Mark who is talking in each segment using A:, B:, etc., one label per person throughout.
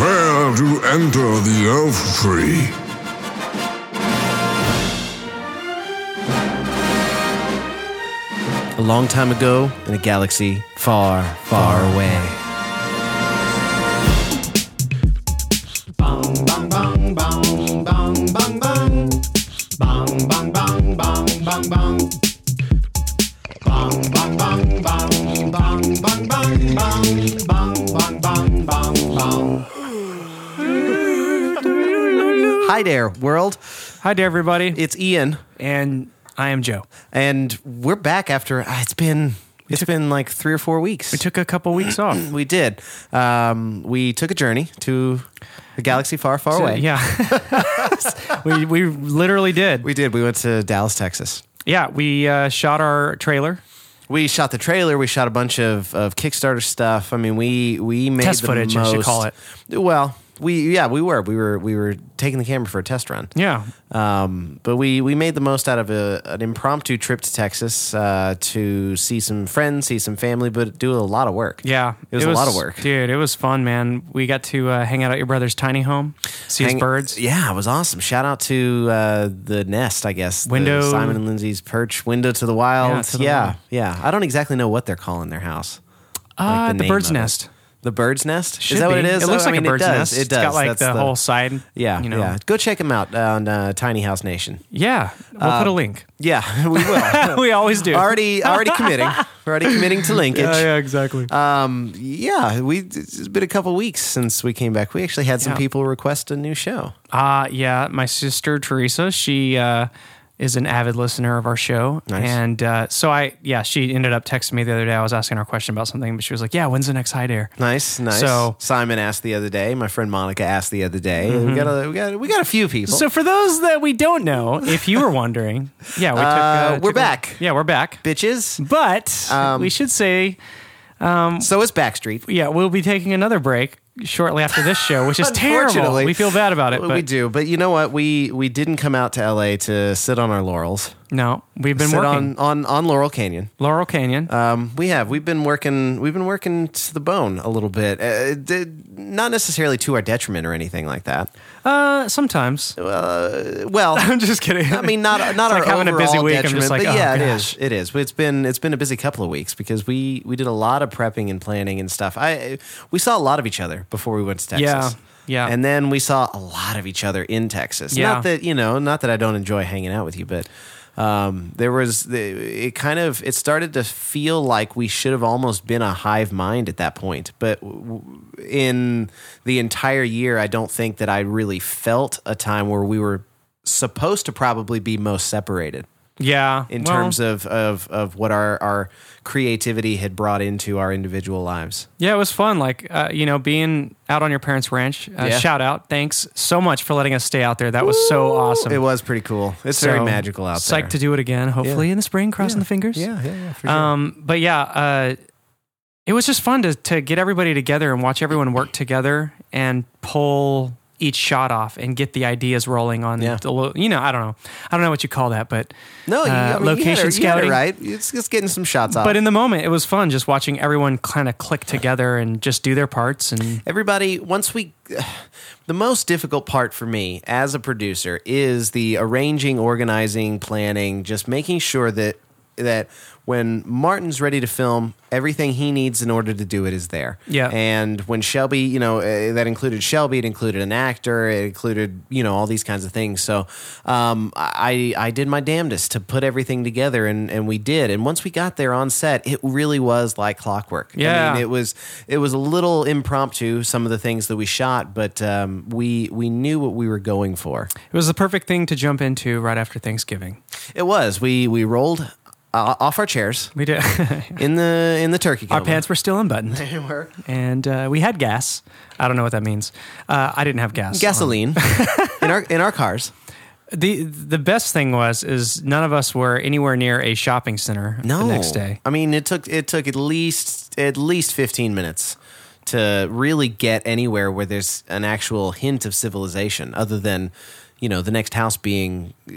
A: to enter the elf tree.
B: A long time ago, in a galaxy far, far away. Hi there, world.
C: Hi there, everybody.
B: It's Ian,
C: And I am Joe.
B: and we're back after ah, it's been it's been like three or four weeks.
C: We took a couple weeks off.
B: We did. Um, we took a journey to a galaxy far, far away.
C: Yeah. we, we literally did.
B: we did. We went to Dallas, Texas.
C: yeah, we uh, shot our trailer.
B: We shot the trailer. We shot a bunch of, of Kickstarter stuff. I mean, we we made
C: Test
B: the
C: footage, I
B: Most,
C: should call it.
B: Well, we yeah, we were we were we were taking the camera for a test run.
C: Yeah.
B: Um, but we we made the most out of a, an impromptu trip to Texas uh, to see some friends, see some family, but do a lot of work.
C: Yeah.
B: it was, a lot of work.
C: Dude, it was fun, man. We got to uh, hang out at your brother's tiny home, see his
B: Hang-
C: birds.
B: Yeah, it was awesome. Shout out to uh, the Nest, I guess. the
C: Window-
B: Simon and Lindsay's perch. Window to the wild. Yeah,
C: Yeah, to the
B: yeah,
C: wild.
B: I don't exactly know what they're calling their house.
C: Uh,
B: the
C: the,
B: name
C: bird's
B: of it.
C: nest.
B: The bird's nest.
C: Should
B: is that what
C: be.
B: it is?
C: It
B: Oh,
C: looks
B: I
C: like
B: mean,
C: a bird's
B: it does.
C: nest.
B: It does.
C: It's got like
B: That's
C: the, whole side.
B: Yeah,
C: You know.
B: yeah. Go check them out on uh, Tiny House Nation.
C: Yeah. We'll put a link.
B: Um, oh,
C: Oh,
B: Yeah, we will.
C: we always do.
B: already, already committing. We're already committing to linkage.
C: Oh, yeah, yeah, exactly.
B: Um, yeah, we. It's been a couple weeks since we came back. We actually had some
C: Yeah.
B: people request a new show.
C: Uh, yeah, my sister Teresa, she uh, is an avid listener of our show,
B: Nice.
C: and uh, so I, yeah, she ended up texting me the other day. I was asking her a question about something, but she was like, "Yeah, when's the next high dare?"
B: Nice, nice.
C: So- Mm-hmm.
B: Simon asked the other day. My friend Monica asked the other day. We got a, we got we got a few people.
C: So for those that we don't know, if you were wondering, yeah, we took,
B: Uh, we're
C: took a-
B: back. Um,
C: yeah, we're back,
B: bitches.
C: but we should say, Mm-hmm.
B: So is Backstreet.
C: yeah, we'll be taking another break shortly after this show, which is terrible.
B: Unfortunately.
C: We feel bad about it, but
B: we do, but you know what? We we didn't come out to LA to sit on our laurels.
C: no, we've been
B: sit
C: working
B: on on on Laurel Canyon.
C: Laurel Canyon.
B: Um, we have. We've been working. We've been working to the bone a little bit. Uh, d- not necessarily to our detriment or anything like that.
C: Uh, sometimes
B: Well,
C: I'm just kidding.
B: I mean, not not our
C: like having a
B: overall
C: busy week. I'm just
B: detriment,
C: like,
B: but
C: oh,
B: yeah,
C: gosh.
B: it is. It is. It's been it's been a busy couple of weeks because we we did a lot of prepping and planning and stuff. I we saw a lot of each other before we went to Texas.
C: Yeah, yeah.
B: And then we saw a lot of each other in Texas.
C: Yeah.
B: Not that you know, not that I don't enjoy hanging out with you, but. Um, there was the, it kind of it started to feel like we should have almost been a hive mind at that point but w- in the entire year I don't think that I really felt a time where we were supposed to probably be most separated
C: yeah.
B: in
C: well,
B: terms of, of, of what our, our creativity had brought into our individual lives.
C: Yeah, it was fun. Like, uh, you know, being out on your parents' ranch. Uh,
B: Yeah.
C: Shout out. Thanks so much for letting us stay out there. That was so awesome.
B: It was pretty cool. It's
C: Um, So,
B: very magical out there.
C: Psyched to do it again, hopefully in the spring, crossing the fingers.
B: yeah, yeah, yeah, for sure.
C: Um, but yeah, uh, it was just fun to, to get everybody together and watch everyone work together and pull each shot off and get the ideas rolling on
B: Yeah.
C: the lo- you know I don't know I don't know what you call that but
B: no, you, I
C: uh,
B: mean, you
C: location
B: had it- you had it
C: scouting
B: right? It's just getting some shots off.
C: but in the moment it was fun just watching everyone kind of click together and just do their parts and
B: Everybody, once we, the most difficult part for me as a producer is the arranging, organizing, planning, just making sure that that when Martin's ready to film, everything he needs in order to do it is there.
C: Yeah.
B: And when Shelby, you know, uh, that included Shelby, it included an actor, it included, you know, all these kinds of things. So um, I I did my damnedest to put everything together, and and we did. And once we got there on set, it really was like clockwork. I
C: Yeah.
B: mean, it was it was a little impromptu some of the things that we shot, but um, we we knew what we were going for.
C: It was the perfect thing to jump into right after Thanksgiving.
B: It was we we rolled uh, off our chairs
C: We did.
B: in the in the turkey.
C: Our
B: coma.
C: pants were still unbuttoned. They were. And uh, we had gas. I don't know what that means. Uh, I didn't have gas.
B: gasoline in our in our cars.
C: Um, the The best thing was is none of us were anywhere near a shopping center.
B: No,
C: The next day.
B: I mean, it took it took at least at least fifteen minutes to really get anywhere where there's an actual hint of civilization, other than you know the next house being uh,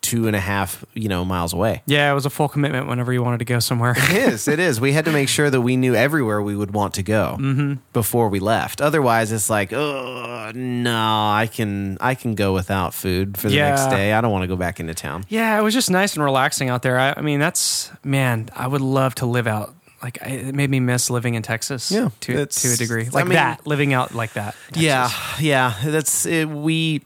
B: two and a half you know miles away.
C: Yeah, it was a full commitment whenever you wanted to go somewhere.
B: It is. It is. We had to make sure that we knew everywhere we would want to go
C: Mm-hmm.
B: before we left. Otherwise, it's like, oh no, I can I can go without food for the
C: Yeah.
B: next day. I don't want to go back into town.
C: yeah, it was just nice and relaxing out there. I, I mean, that's man, I would love to live out. Like I, it made me miss living in Texas.
B: Yeah,
C: to
B: it's-
C: to a degree,
B: I
C: like
B: mean-
C: that, living out like that. Texas.
B: Yeah, yeah. That's it, we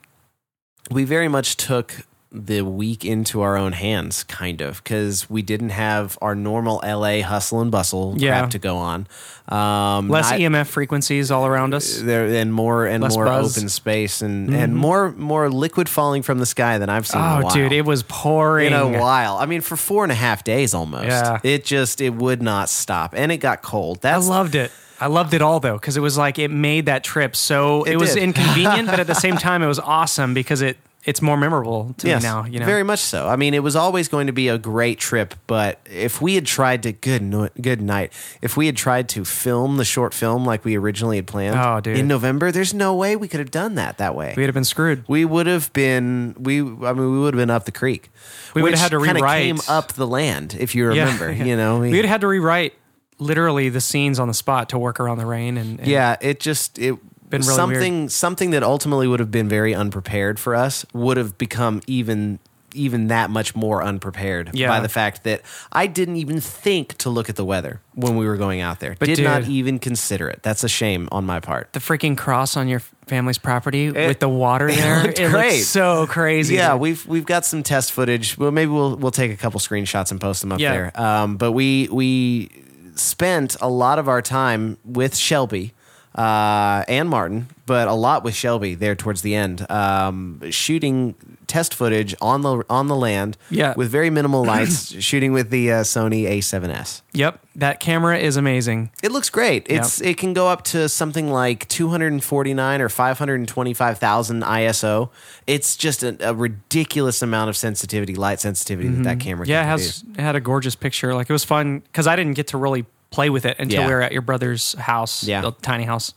B: we very much took the week into our own hands, kind of, because we didn't have our normal LA hustle and bustle
C: Yeah.
B: crap to go on. Um,
C: less
B: I-
C: EMF frequencies all around us.
B: uh, there and more and
C: Less
B: more
C: buzz. Mm-hmm.
B: open space and and more more liquid falling from the sky than I've seen. in a
C: Oh,
B: while.
C: dude, it was pouring.
B: in a while. I mean, for four and a half days almost.
C: Yeah.
B: It just it would not stop, and it got cold.
C: I
B: That's
C: loved it. I loved it all though, because it was like it made that trip so it, was
B: did.
C: inconvenient, but at the same time it was awesome because it it's more memorable to
B: Yes,
C: me now. You know,
B: very much so. I mean, it was always going to be a great trip, but if we had tried to good no, good night, if we had tried to film the short film like we originally had planned
C: Oh, dude.
B: in November, there's no way we could have done that that way.
C: we'd have been screwed.
B: we would have been we. I mean, we would have been up the creek.
C: We would
B: which
C: have had to
B: kinda
C: rewrite.
B: Came up the land, if you
C: Yeah.
B: remember. You know, we-
C: we, would had to rewrite literally the scenes on the spot to work around the rain and, and
B: yeah it just it
C: Been really
B: something something that ultimately would have been very unprepared for us would have become even even that much more unprepared
C: Yeah.
B: by the fact that I didn't even think to look at the weather when we were going out there.
C: But
B: Did not
C: dude-
B: even consider it. That's a shame on my part.
C: the freaking cross on your family's property with the water there.
B: looked
C: It
B: great.
C: looks so crazy.
B: Yeah,
C: dude.
B: we've we've got some test footage. Well, maybe we'll we'll take a couple screenshots and post them up
C: Yeah.
B: there. Um, but we we spent a lot of our time with Shelby uh, and Martin, but a lot with Shelby there towards the end, um, shooting test footage on the on the land.
C: Yeah.
B: with very minimal lights, shooting with the uh, Sony A7S.
C: Yep. That camera is amazing.
B: It looks great. It's it can go up to something like 249 or 525,000 ISO. It's just a, a ridiculous amount of sensitivity, light sensitivity that that camera
C: Mm-hmm. Yeah,
B: can
C: it
B: produce.
C: has it had a gorgeous picture. Like it was fun because I didn't get to really play with it until
B: Yeah.
C: we were at your brother's house,
B: Yeah.
C: the tiny house.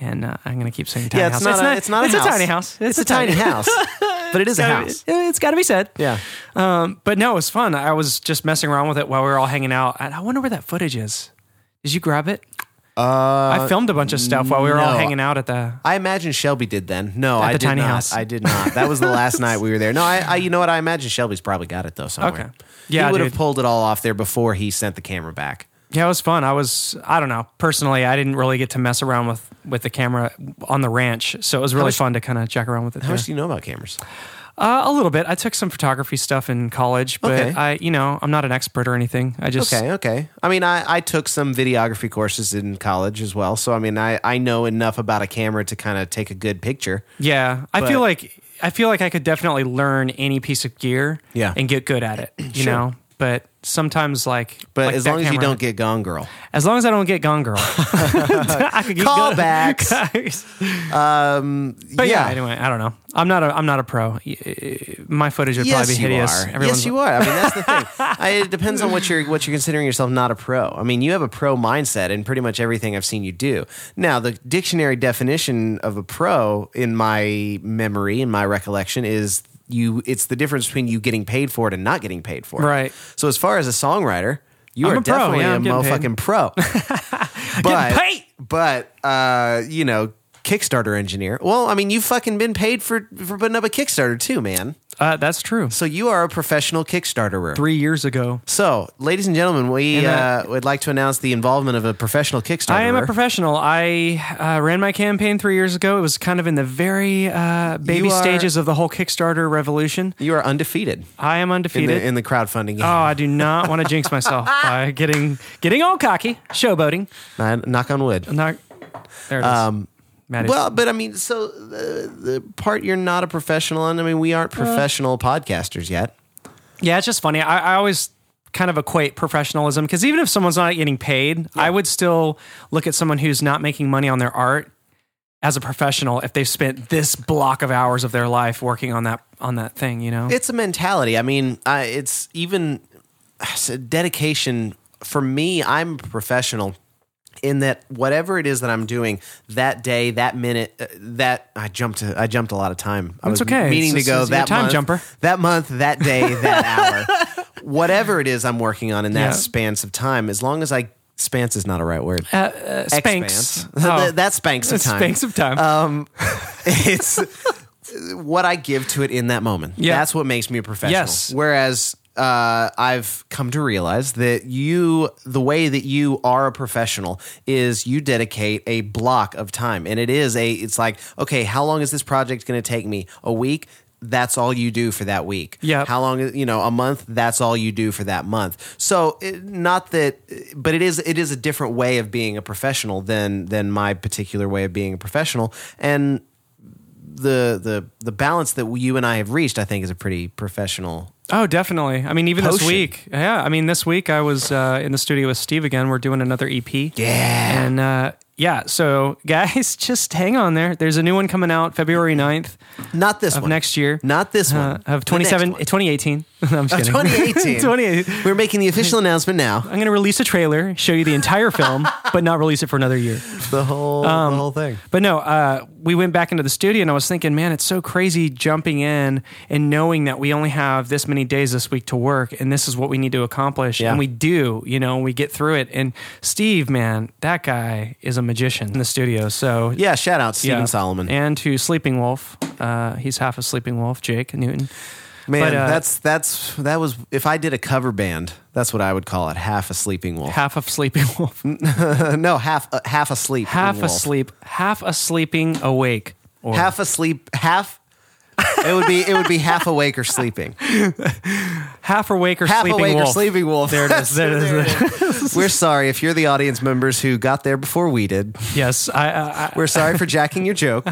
C: And uh, I'm gonna keep saying tiny
B: yeah,
C: house.
B: it's not, a, it's not
C: it's
B: a house.
C: tiny house.
B: It's, a tiny, house, but it is a house.
C: It's got to be said.
B: Yeah.
C: Um, but no, it was fun. I was just messing around with it while we were all hanging out. I, I wonder where that footage is. Did you grab it? Uh, I filmed a bunch of stuff while we were all
B: no.
C: hanging out at the.
B: I imagine Shelby did then. No, I
C: the
B: did
C: tiny
B: not.
C: house.
B: I did not. That was the last night we were there. No, I, I you know what? I imagine Shelby's probably got it though somewhere.
C: Okay. Yeah,
B: he would have
C: dude.
B: pulled it all off there before he sent the camera back.
C: Yeah, it was fun. I was. I don't know. Personally, I didn't really get to mess around with with the camera on the ranch, so it was really
B: much-
C: fun to kind of jack around with it.
B: How
C: there.
B: much do you know about cameras?
C: Uh, a little bit. I took some photography stuff in college, but
B: Okay.
C: I, you know, I'm not an expert or anything. I just,
B: Okay, okay. I mean, I, I took some videography courses in college as well. So, I mean, I, I know enough about a camera to kind of take a good picture.
C: yeah, I feel
B: But-
C: like I feel like I could definitely learn any piece of gear,
B: Yeah.
C: and get good at it, you
B: Sure.
C: know. But sometimes, like,
B: But
C: like
B: as
C: that
B: long as you
C: camera-
B: don't get Gone Girl.
C: as long as I don't get Gone Girl, I could get good-
B: Callbacks.
C: but yeah.
B: Um, Yeah.
C: anyway, I don't know. I'm not a, I'm not a pro. Y- y- My footage would probably be hideous.
B: You are. Yes, you are. I mean, that's the thing. I, it depends on what you're what you're considering yourself not a pro. I mean, you have a pro mindset in pretty much everything I've seen you do. Now, the dictionary definition of a pro, in my memory, in my recollection, is you. It's the difference between you getting paid for it and not getting paid for it.
C: Right.
B: So, as far as a songwriter. You
C: I'm
B: are
C: a pro.
B: definitely
C: Yeah,
B: a
C: I'm getting
B: motherfucking pro. but
C: paid.
B: but uh, you know, Kickstarter engineer. Well, I mean, you've fucking been paid for for putting up a Kickstarter too, man.
C: Uh, that's true.
B: So you are a professional Kickstarterer.
C: Three years ago,
B: So, ladies and gentlemen, we
C: And, uh,
B: uh, would like to announce the involvement of a professional Kickstarterer.
C: I am a professional. I uh, ran my campaign three years ago. It was kind of in the very uh, baby
B: You are-
C: stages of the whole Kickstarter revolution.
B: you are undefeated
C: I am
B: in
C: undefeated.
B: the, in the crowdfunding game.
C: oh, I do not want to jinx myself by getting getting all cocky, showboating.
B: Kn- Knock on wood.
C: Uh, I'm not. There it is. Um,
B: Well, but I mean, so the, the part you're not a professional on, I mean, we
C: Uh.
B: aren't professional podcasters yet.
C: yeah, it's just funny. I, I always kind of equate professionalism because even if someone's not getting paid, I would still look at someone who's not making money on their art as a professional if they've spent this block of hours of their life working on that on that thing. You know.
B: It's a mentality. I mean, I, it's even it's a dedication for me. I'm a professional in that whatever it is that I'm doing that day, that minute, uh, that I jumped, I jumped a lot of time. I
C: That's
B: was
C: okay.
B: meaning
C: This
B: to go
C: is your
B: that
C: time
B: month,
C: jumper.
B: that month, that day, that hour, whatever it is I'm working on in that
C: Yeah.
B: span of time. As long as I spans is not a right word.
C: Uh, Spanks.
B: Expanse. Th- that spanks of time. Uh,
C: Spanks Oh. of time.
B: it's uh, what I give to it in that moment.
C: Yeah.
B: That's what makes me a professional.
C: Yes.
B: Whereas uh, I've come to realize that you, the way that you are a professional is you dedicate a block of time. And it is a, it's like, okay, how long is this project going to take me? A week? That's all you do for that week.
C: Yep.
B: How long? You know, a month. That's all you do for that month. So, it, not that, but it is. It is a different way of being a professional than than my particular way of being a professional. And the the the balance that you and I have reached, I think, is a pretty professional.
C: Oh, definitely. I mean, even this
B: Potion.
C: week. Yeah. I mean, this week I was uh, in the studio with Steve again. We're doing another EP.
B: Yeah.
C: And uh, yeah, so guys, just hang on there. There's a new one coming out February 9th
B: Not this
C: of
B: one.
C: next year.
B: Not this
C: uh,
B: one.
C: of
B: The next
C: 27,
B: one.
C: 2018. I'm just kidding.
B: 2018.
C: 2018.
B: We're making the official announcement now.
C: I'm going to release a trailer, show you the entire film, but not release it for another year.
B: The whole the whole thing.
C: But no, uh, we went back into the studio and I was thinking, man, it's so crazy jumping in and knowing that we only have this many days this week to work and this is what we need to accomplish.
B: Yeah.
C: And we do, you know, we get through it. And Steve, man, that guy is a magician in the studio. So,
B: Yeah. Shout out Stephen
C: yeah.
B: Solomon.
C: And to Sleeping Wolf. Uh, he's half a Sleeping Wolf, Jake Newton.
B: Man,
C: but, uh,
B: that's that's that was if I did a cover band, that's what I would call it. Half a sleeping wolf.
C: Half of Sleeping Wolf.
B: no, half a half asleep.
C: half
B: wolf.
C: asleep. Half a sleeping awake. Or
B: Half asleep. Half. It would be it would be half awake or sleeping.
C: half awake or
B: Half
C: sleeping
B: awake
C: wolf.
B: or sleeping wolf.
C: There it is. There it is.
B: We're sorry if you're the audience members who got there before we did.
C: Yes, I, I, I,
B: We're sorry for jacking your joke.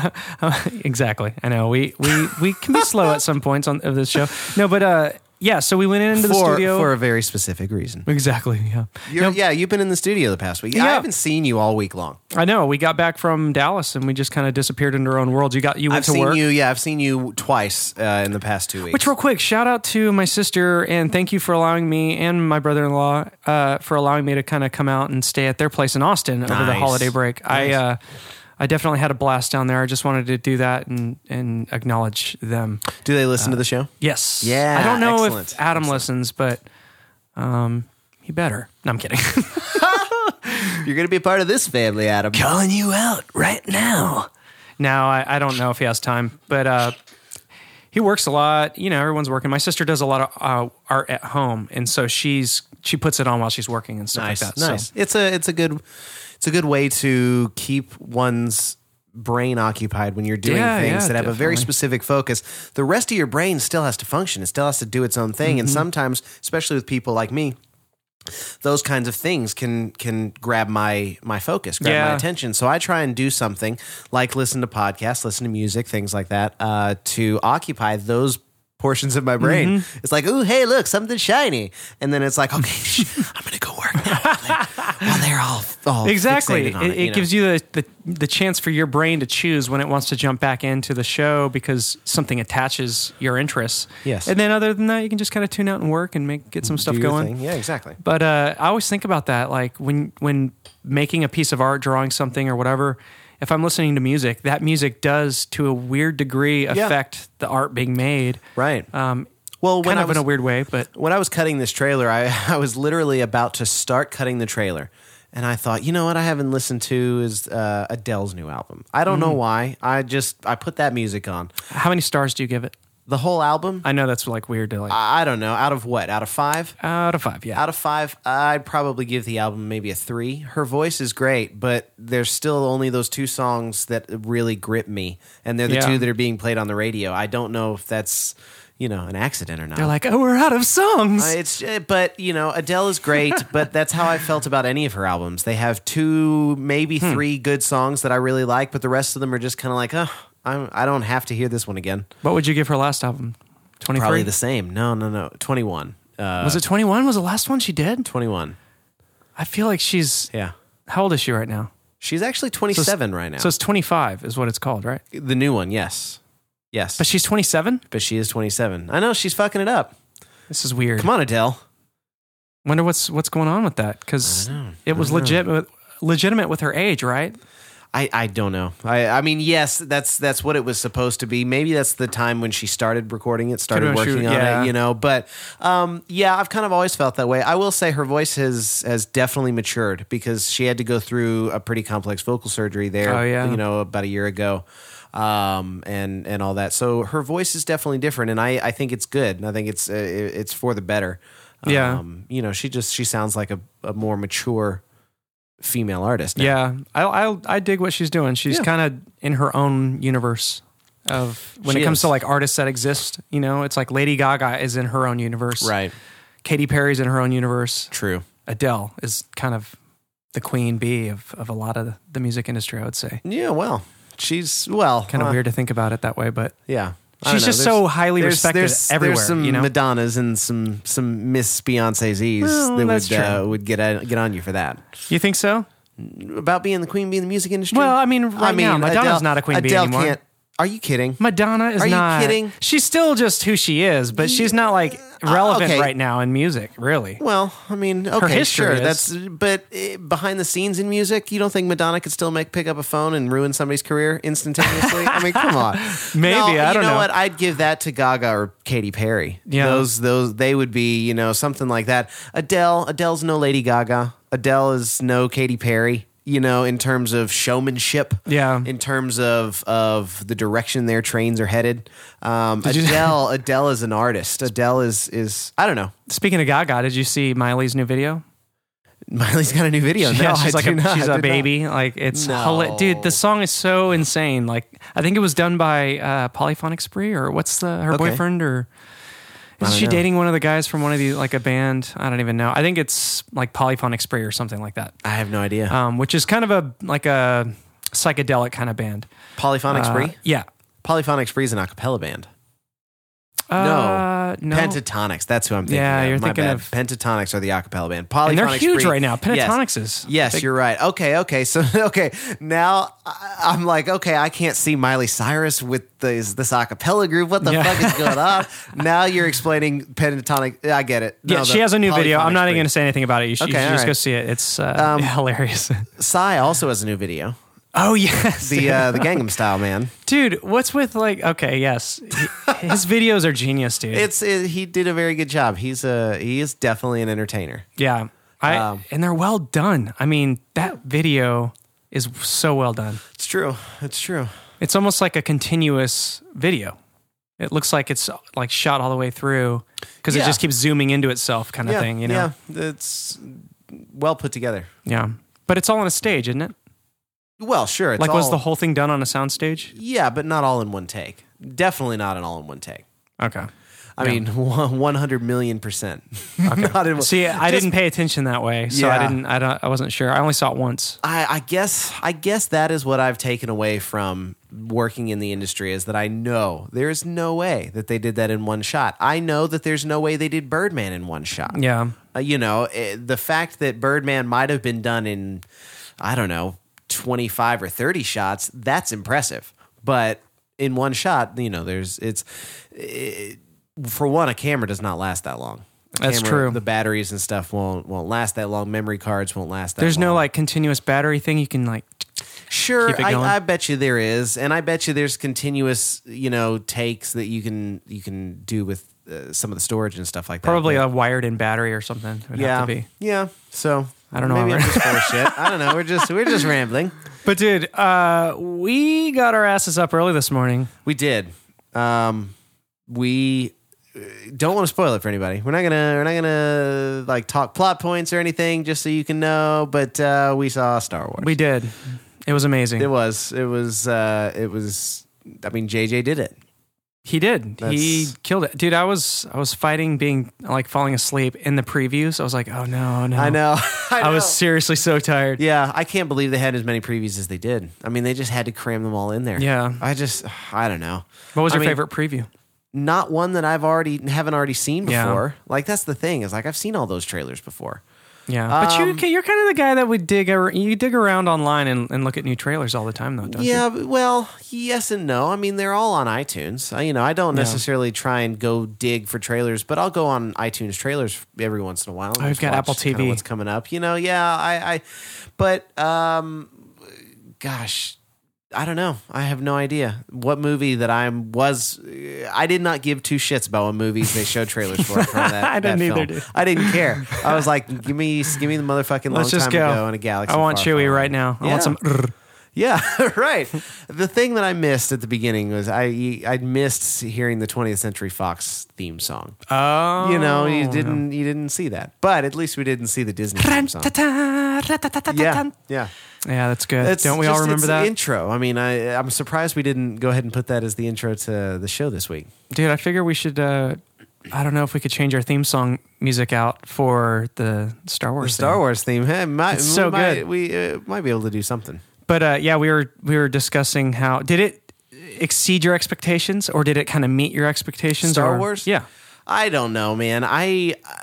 C: exactly. I know we we we can be slow at some points on of this show. No, but uh, yeah. So we went into the
B: for,
C: studio
B: for a very specific reason.
C: exactly. Yeah,
B: You're,
C: No,
B: Yeah, you've been in the studio the past week. I
C: Yeah.
B: haven't seen you all week long.
C: I know. We got back from Dallas and we just kind of disappeared into our own world. You got you went
B: I've
C: to
B: seen
C: work.
B: you. Yeah, I've seen you twice uh, in the past two weeks.
C: Which, real quick, shout out to my sister and thank you for allowing me and my brother in law uh, for allowing me to kind of come out and stay at their place in Austin over the
B: Nice.
C: holiday break. I uh, I definitely had a blast down there. I just wanted to do that and and acknowledge them.
B: Do they listen to the show?
C: Yes.
B: Yeah,
C: I don't know
B: excellent,
C: if Adam listens, but um, he better. No, I'm kidding.
B: You're going to be a part of this family, Adam.
C: Calling you out right now. No, I, I don't know if he has time, but uh, he works a lot. You know, everyone's working. My sister does a lot of uh, art at home, and so she's she puts it on while she's working and stuff
B: Nice,
C: like that.
B: nice.
C: So,
B: It's a it's a good it's a good way to keep one's brain occupied when you're doing
C: Yeah,
B: things
C: yeah,
B: that have a very
C: definitely.
B: specific focus. The rest of your brain still has to function. It still has to do its own thing. And sometimes, especially with people like me, those kinds of things can can grab my my focus, grab my
C: Yeah.
B: attention. So I try and do something like listen to podcasts, listen to music, things like that, uh, to occupy those portions of my brain.
C: Mm-hmm.
B: It's like, ooh, hey, look, something shiny, and then it's like, okay, shh, I'm gonna go work now. While they're, while they're all, all
C: exactly. It,
B: fixated on
C: it,
B: it, you know?
C: gives you the, the the chance for your brain to choose when it wants to jump back into the show because something attaches your interests.
B: Yes.
C: And then other than that, you can just kind of tune out and work and make get some
B: Do
C: stuff
B: your
C: going.
B: thing. Yeah, exactly.
C: But uh, I always think about that, like when when making a piece of art, drawing something or whatever. If I'm listening to music, that music does, to a weird degree, affect the art being made.
B: Right.
C: Um,
B: Well, when
C: kind
B: I
C: of
B: was
C: in a weird way, but
B: when I was cutting this trailer, I, I was literally about to start cutting the trailer. And I thought, you know what I haven't listened to is uh, Adele's new album. I don't know why. I just I put that music on.
C: how many stars do you give it?
B: The whole album? I,
C: I know that's like weird to like
B: I don't know. Out of what? Out of 5?
C: out of five. Yeah.
B: Out of 5, I'd probably give the album maybe a 3. Her voice is great, but there's still only those two songs that really grip me. And they're the
C: Yeah.
B: two that are being played on the radio. I don't know if that's, you know, an accident or not.
C: They're like, oh, we're out of songs.
B: Uh, It's uh, but you know Adele is great, but that's how I felt about any of her albums. They have two, maybe
C: Hmm.
B: three good songs that I really like, but the rest of them are just kind of like, oh, I'm, I don't have to hear this one again.
C: what would you give her last album? Twenty
B: Probably
C: three.
B: the same. No, no, no. Twenty one. Uh,
C: was it twenty one? Was the last one she did?
B: Twenty one.
C: I feel like she's.
B: Yeah,
C: How old is she right now?
B: she's actually twenty seven right now.
C: So it's twenty five, is what it's called, right?
B: the new one, yes, yes,
C: But
B: but,
C: she's twenty seven.
B: she is twenty seven. I know she's fucking it up.
C: This is weird.
B: Come on, Adele.
C: Wonder what's what's going on with that because
B: I know.
C: it was
B: I know.
C: legit. legitimate with her age, right?
B: I, I don't know. I, I mean, yes, that's that's what it was supposed to be. Maybe that's the time when she started recording it, started
C: Could've been
B: working
C: shoot-
B: on
C: yeah.
B: it, you know. But um, yeah, I've kind of always felt that way. I will say her voice has has definitely matured because she had to go through a pretty complex vocal surgery there,
C: Oh, yeah.
B: you know, about a year ago, um, and and all that. So her voice is definitely different, and I, I think it's good. And I think it's uh, it- it's for the better.
C: Yeah.
B: um, you know, she just she sounds like a, a more mature female artist. now.
C: Yeah, I I, I dig what she's doing. She's
B: Yeah.
C: kind of in her own universe of when
B: She
C: it comes
B: is.
C: to like artists that exist. You know, it's like Lady Gaga is in her own universe.
B: right,
C: Katy Perry's in her own universe.
B: true.
C: Adele is kind of the queen bee of of a lot of the music industry. I would say
B: Yeah, well, she's well,
C: kind of
B: uh,
C: weird to think about it that way, but
B: Yeah, I don't
C: she's
B: know. There's-
C: just so highly
B: there's-
C: respected
B: there's,
C: everywhere.
B: There's some
C: you know,
B: Madonnas and some some Miss Beyonce's e's
C: Well,
B: that
C: that's
B: would uh,
C: true.
B: would get at, get on you for that
C: you think so?
B: about being the queen bee in the music industry.
C: Well, I mean, right now, Madonna's not a queen bee
B: Adele
C: anymore.
B: Can't, are you kidding?
C: Madonna is
B: Are you
C: not.
B: kidding? Uh,
C: She's still just who she is, but she's not like relevant
B: okay.
C: right now in music, really.
B: well, I mean, okay,
C: history
B: sure.
C: is-
B: That's but uh, behind the scenes in music, you don't think Madonna could still make pick up a phone and ruin somebody's career instantaneously? I mean, come on.
C: Maybe,
B: No,
C: I
B: you
C: don't
B: know,
C: know.
B: what? I'd give that to Gaga or Katy Perry.
C: Yeah.
B: those those they would be you know something like that. Adele, Adele's no Lady Gaga. Adele is no Katy Perry. You know, in terms of showmanship.
C: Yeah.
B: In terms of of the direction their trains are headed. Um,
C: you-
B: Adele, Adele is an artist. Adele is is I don't know.
C: Speaking of Gaga, did you see Miley's new video?
B: Miley's got a new video.
C: yeah,
B: no,
C: she's
B: I
C: like
B: do
C: a,
B: not.
C: she's
B: I
C: a
B: did
C: baby. Like it's
B: No.
C: hila- dude. The song is so insane. Like I think it was done by uh, Polyphonic Spree or what's the her
B: Okay.
C: boyfriend or is she dating one of the guys from one of the like a band? I don't even know. I think it's like Polyphonic Spree or something like that.
B: not. I have no idea.
C: Um, which is kind of a like a psychedelic kind of band.
B: Polyphonic
C: Uh,
B: Spree.
C: yeah.
B: Polyphonic Spree is an acapella band.
C: Uh, no.
B: Pentatonics. That's who I'm thinking.
C: Yeah,
B: of.
C: you're
B: My
C: thinking
B: bad.
C: of-
B: Pentatonics are the acapella band. Polyphonic
C: and they're huge
B: Spree-
C: right now.
B: Yes.
C: Pentatonics is
B: Yes,
C: big.
B: you're right. Okay, okay. So, okay, now I- I'm like, okay, I can't see Miley Cyrus with this, this acapella group. What the
C: Yeah.
B: fuck is going on? now you're explaining pentatonic. I get it.
C: Yeah,
B: No,
C: she
B: the
C: has a new video.
B: Polyphonic
C: I'm not even
B: Spree.
C: going to say anything about it. You should, you
B: Okay,
C: should
B: all
C: just go
B: right.
C: see it. It's uh, hilarious.
B: Psy also has a new video.
C: oh yes,
B: The uh, the Gangnam Style man.
C: dude. What's with like? Okay, yes, He- his videos are genius, dude.
B: It's it, he did a very good job. He's a he is definitely an entertainer.
C: yeah, I
B: Um,
C: and they're well done. I mean, that video is so well done.
B: It's true. It's true.
C: It's almost like a continuous video. It looks like it's like shot all the way through because it
B: Yeah.
C: just keeps zooming into itself, kind of thing. You know,
B: Yeah, it's well put together.
C: yeah. But it's all on a stage, isn't it?
B: Well, sure. It's
C: Like, was
B: all-
C: the whole thing done on a sound stage?
B: yeah, but not all in one take. Definitely not an all in one take.
C: Okay.
B: I mean, one hundred million percent. Not in one.
C: See, I
B: Just-
C: didn't pay attention that way, so I
B: Yeah.
C: didn't. I don't. I wasn't sure. I only saw it once.
B: I, I guess I guess that is what I've taken away from working in the industry is that I know there is no way that they did that in one shot. I know that there's no way they did Birdman in one shot.
C: Yeah.
B: Uh, you know, eh, the fact that Birdman might have been done in, I don't know, 25 or 30 shots, that's impressive. But in one shot, you know, there's, it's, eh, for one, a camera does not last that long. A
C: That's true.
B: The batteries and stuff won't won't last that long. Memory cards won't last that
C: There's
B: long.
C: no like continuous battery thing you can like.
B: Sure,
C: Keep it going.
B: I, I bet you there is, and I bet you there's continuous, you know, takes that you can you can do with uh, some of the storage and stuff like that.
C: Probably
B: But-
C: a wired-in battery or something. It would
B: yeah,
C: have to be.
B: yeah. So
C: I don't know.
B: Maybe I'm just full of shit. I don't know. We're just we're just rambling.
C: But dude, uh, we got our asses up early this morning.
B: We did. Um, we uh, don't want to spoil it for anybody. We're not gonna we're not gonna like talk plot points or anything, just so you can know. But uh, we saw Star Wars.
C: We did. It was amazing.
B: it was it was uh, it was. I mean, JJ did it.
C: he did. He
B: That's-
C: killed it, dude. I was I was fighting being like falling asleep in the previews. I was like, oh no, no.
B: I know. I,
C: I was
B: know.
C: seriously so tired.
B: Yeah, I can't believe they had as many previews as they did. I mean, they just had to cram them all in there.
C: Yeah.
B: I just, I don't know.
C: What was
B: I
C: your
B: mean,
C: favorite preview?
B: Not one that I've already haven't already seen
C: Yeah.
B: before. Like that's the thing is like I've seen all those trailers before.
C: Yeah, but
B: Um,
C: you you you're kind of the guy that would dig ar- you dig around online and, and look at new trailers all the time though, don't you?
B: Yeah, but- well, yes and no. I mean, they're all on iTunes. I, you know, I don't necessarily try and go dig for trailers, but I'll go on iTunes trailers every once in a while. and
C: I've
B: just
C: got
B: watch
C: Apple
B: kinda
C: TV.
B: What's coming up? You know, yeah. I, I but um, gosh, I don't know. I have no idea what movie that I was. I did not give two shits about what movies they showed trailers for. for that,
C: I didn't
B: that
C: either,
B: film.
C: dude.
B: I didn't care. I was like, give me, give me the motherfucking.
C: Let's
B: long
C: just
B: time
C: go.
B: ago in a galaxy.
C: I want
B: far,
C: Chewy
B: far
C: right now. I want
B: Yeah.
C: some.
B: yeah, right. The thing that I missed at the beginning was I I missed hearing the 20th Century Fox theme song.
C: Oh,
B: you know, you didn't you didn't see that, but at least we didn't see the Disney theme song. Yeah,
C: Yeah,
B: yeah.
C: that's good.
B: It's
C: Don't we all
B: just-
C: remember
B: it's the
C: that,
B: intro? I mean, I I'm surprised we didn't go ahead and put that as the intro to the show this week.
C: dude? I figure we should. Uh, I don't know if we could change our theme song music out for the Star Wars.
B: Star
C: thing.
B: Wars theme. Hey, might,
C: It's so
B: we might-
C: good.
B: We uh, might be able to do something.
C: But uh, yeah, we were we were discussing how did it exceed your expectations or did it kind of meet your expectations?
B: Star
C: or-
B: Wars?
C: Yeah.
B: I don't know, man. I uh,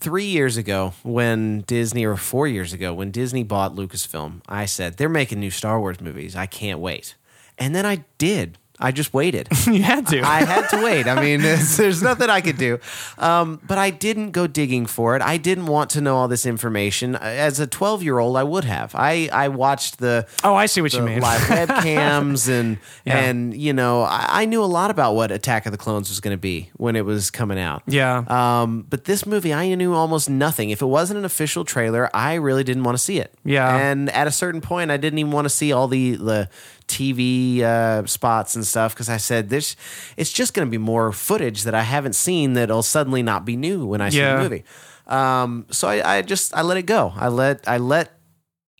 B: three years ago when Disney, or four years ago when Disney bought Lucasfilm, I said they're making new Star Wars movies. I can't wait. And then I did. I just waited.
C: You had to.
B: I had to wait. I mean, it's- there's nothing I could do. Um, but I didn't go digging for it. I didn't want to know all this information. As a 12 year old, I would have. I, I watched the
C: oh, I see what you
B: the
C: mean.
B: live webcams and
C: Yeah.
B: and you know I, I knew a lot about what Attack of the Clones was going to be when it was coming out.
C: Yeah.
B: Um, but this movie, I knew almost nothing. If it wasn't an official trailer, I really didn't want to see it.
C: Yeah.
B: And at a certain point, I didn't even want to see all the the TV uh, spots and stuff because I said there's it's just going to be more footage that I haven't seen that'll suddenly not be new when I see
C: Yeah.
B: the movie. Um, so I, I just I let it go. I let I let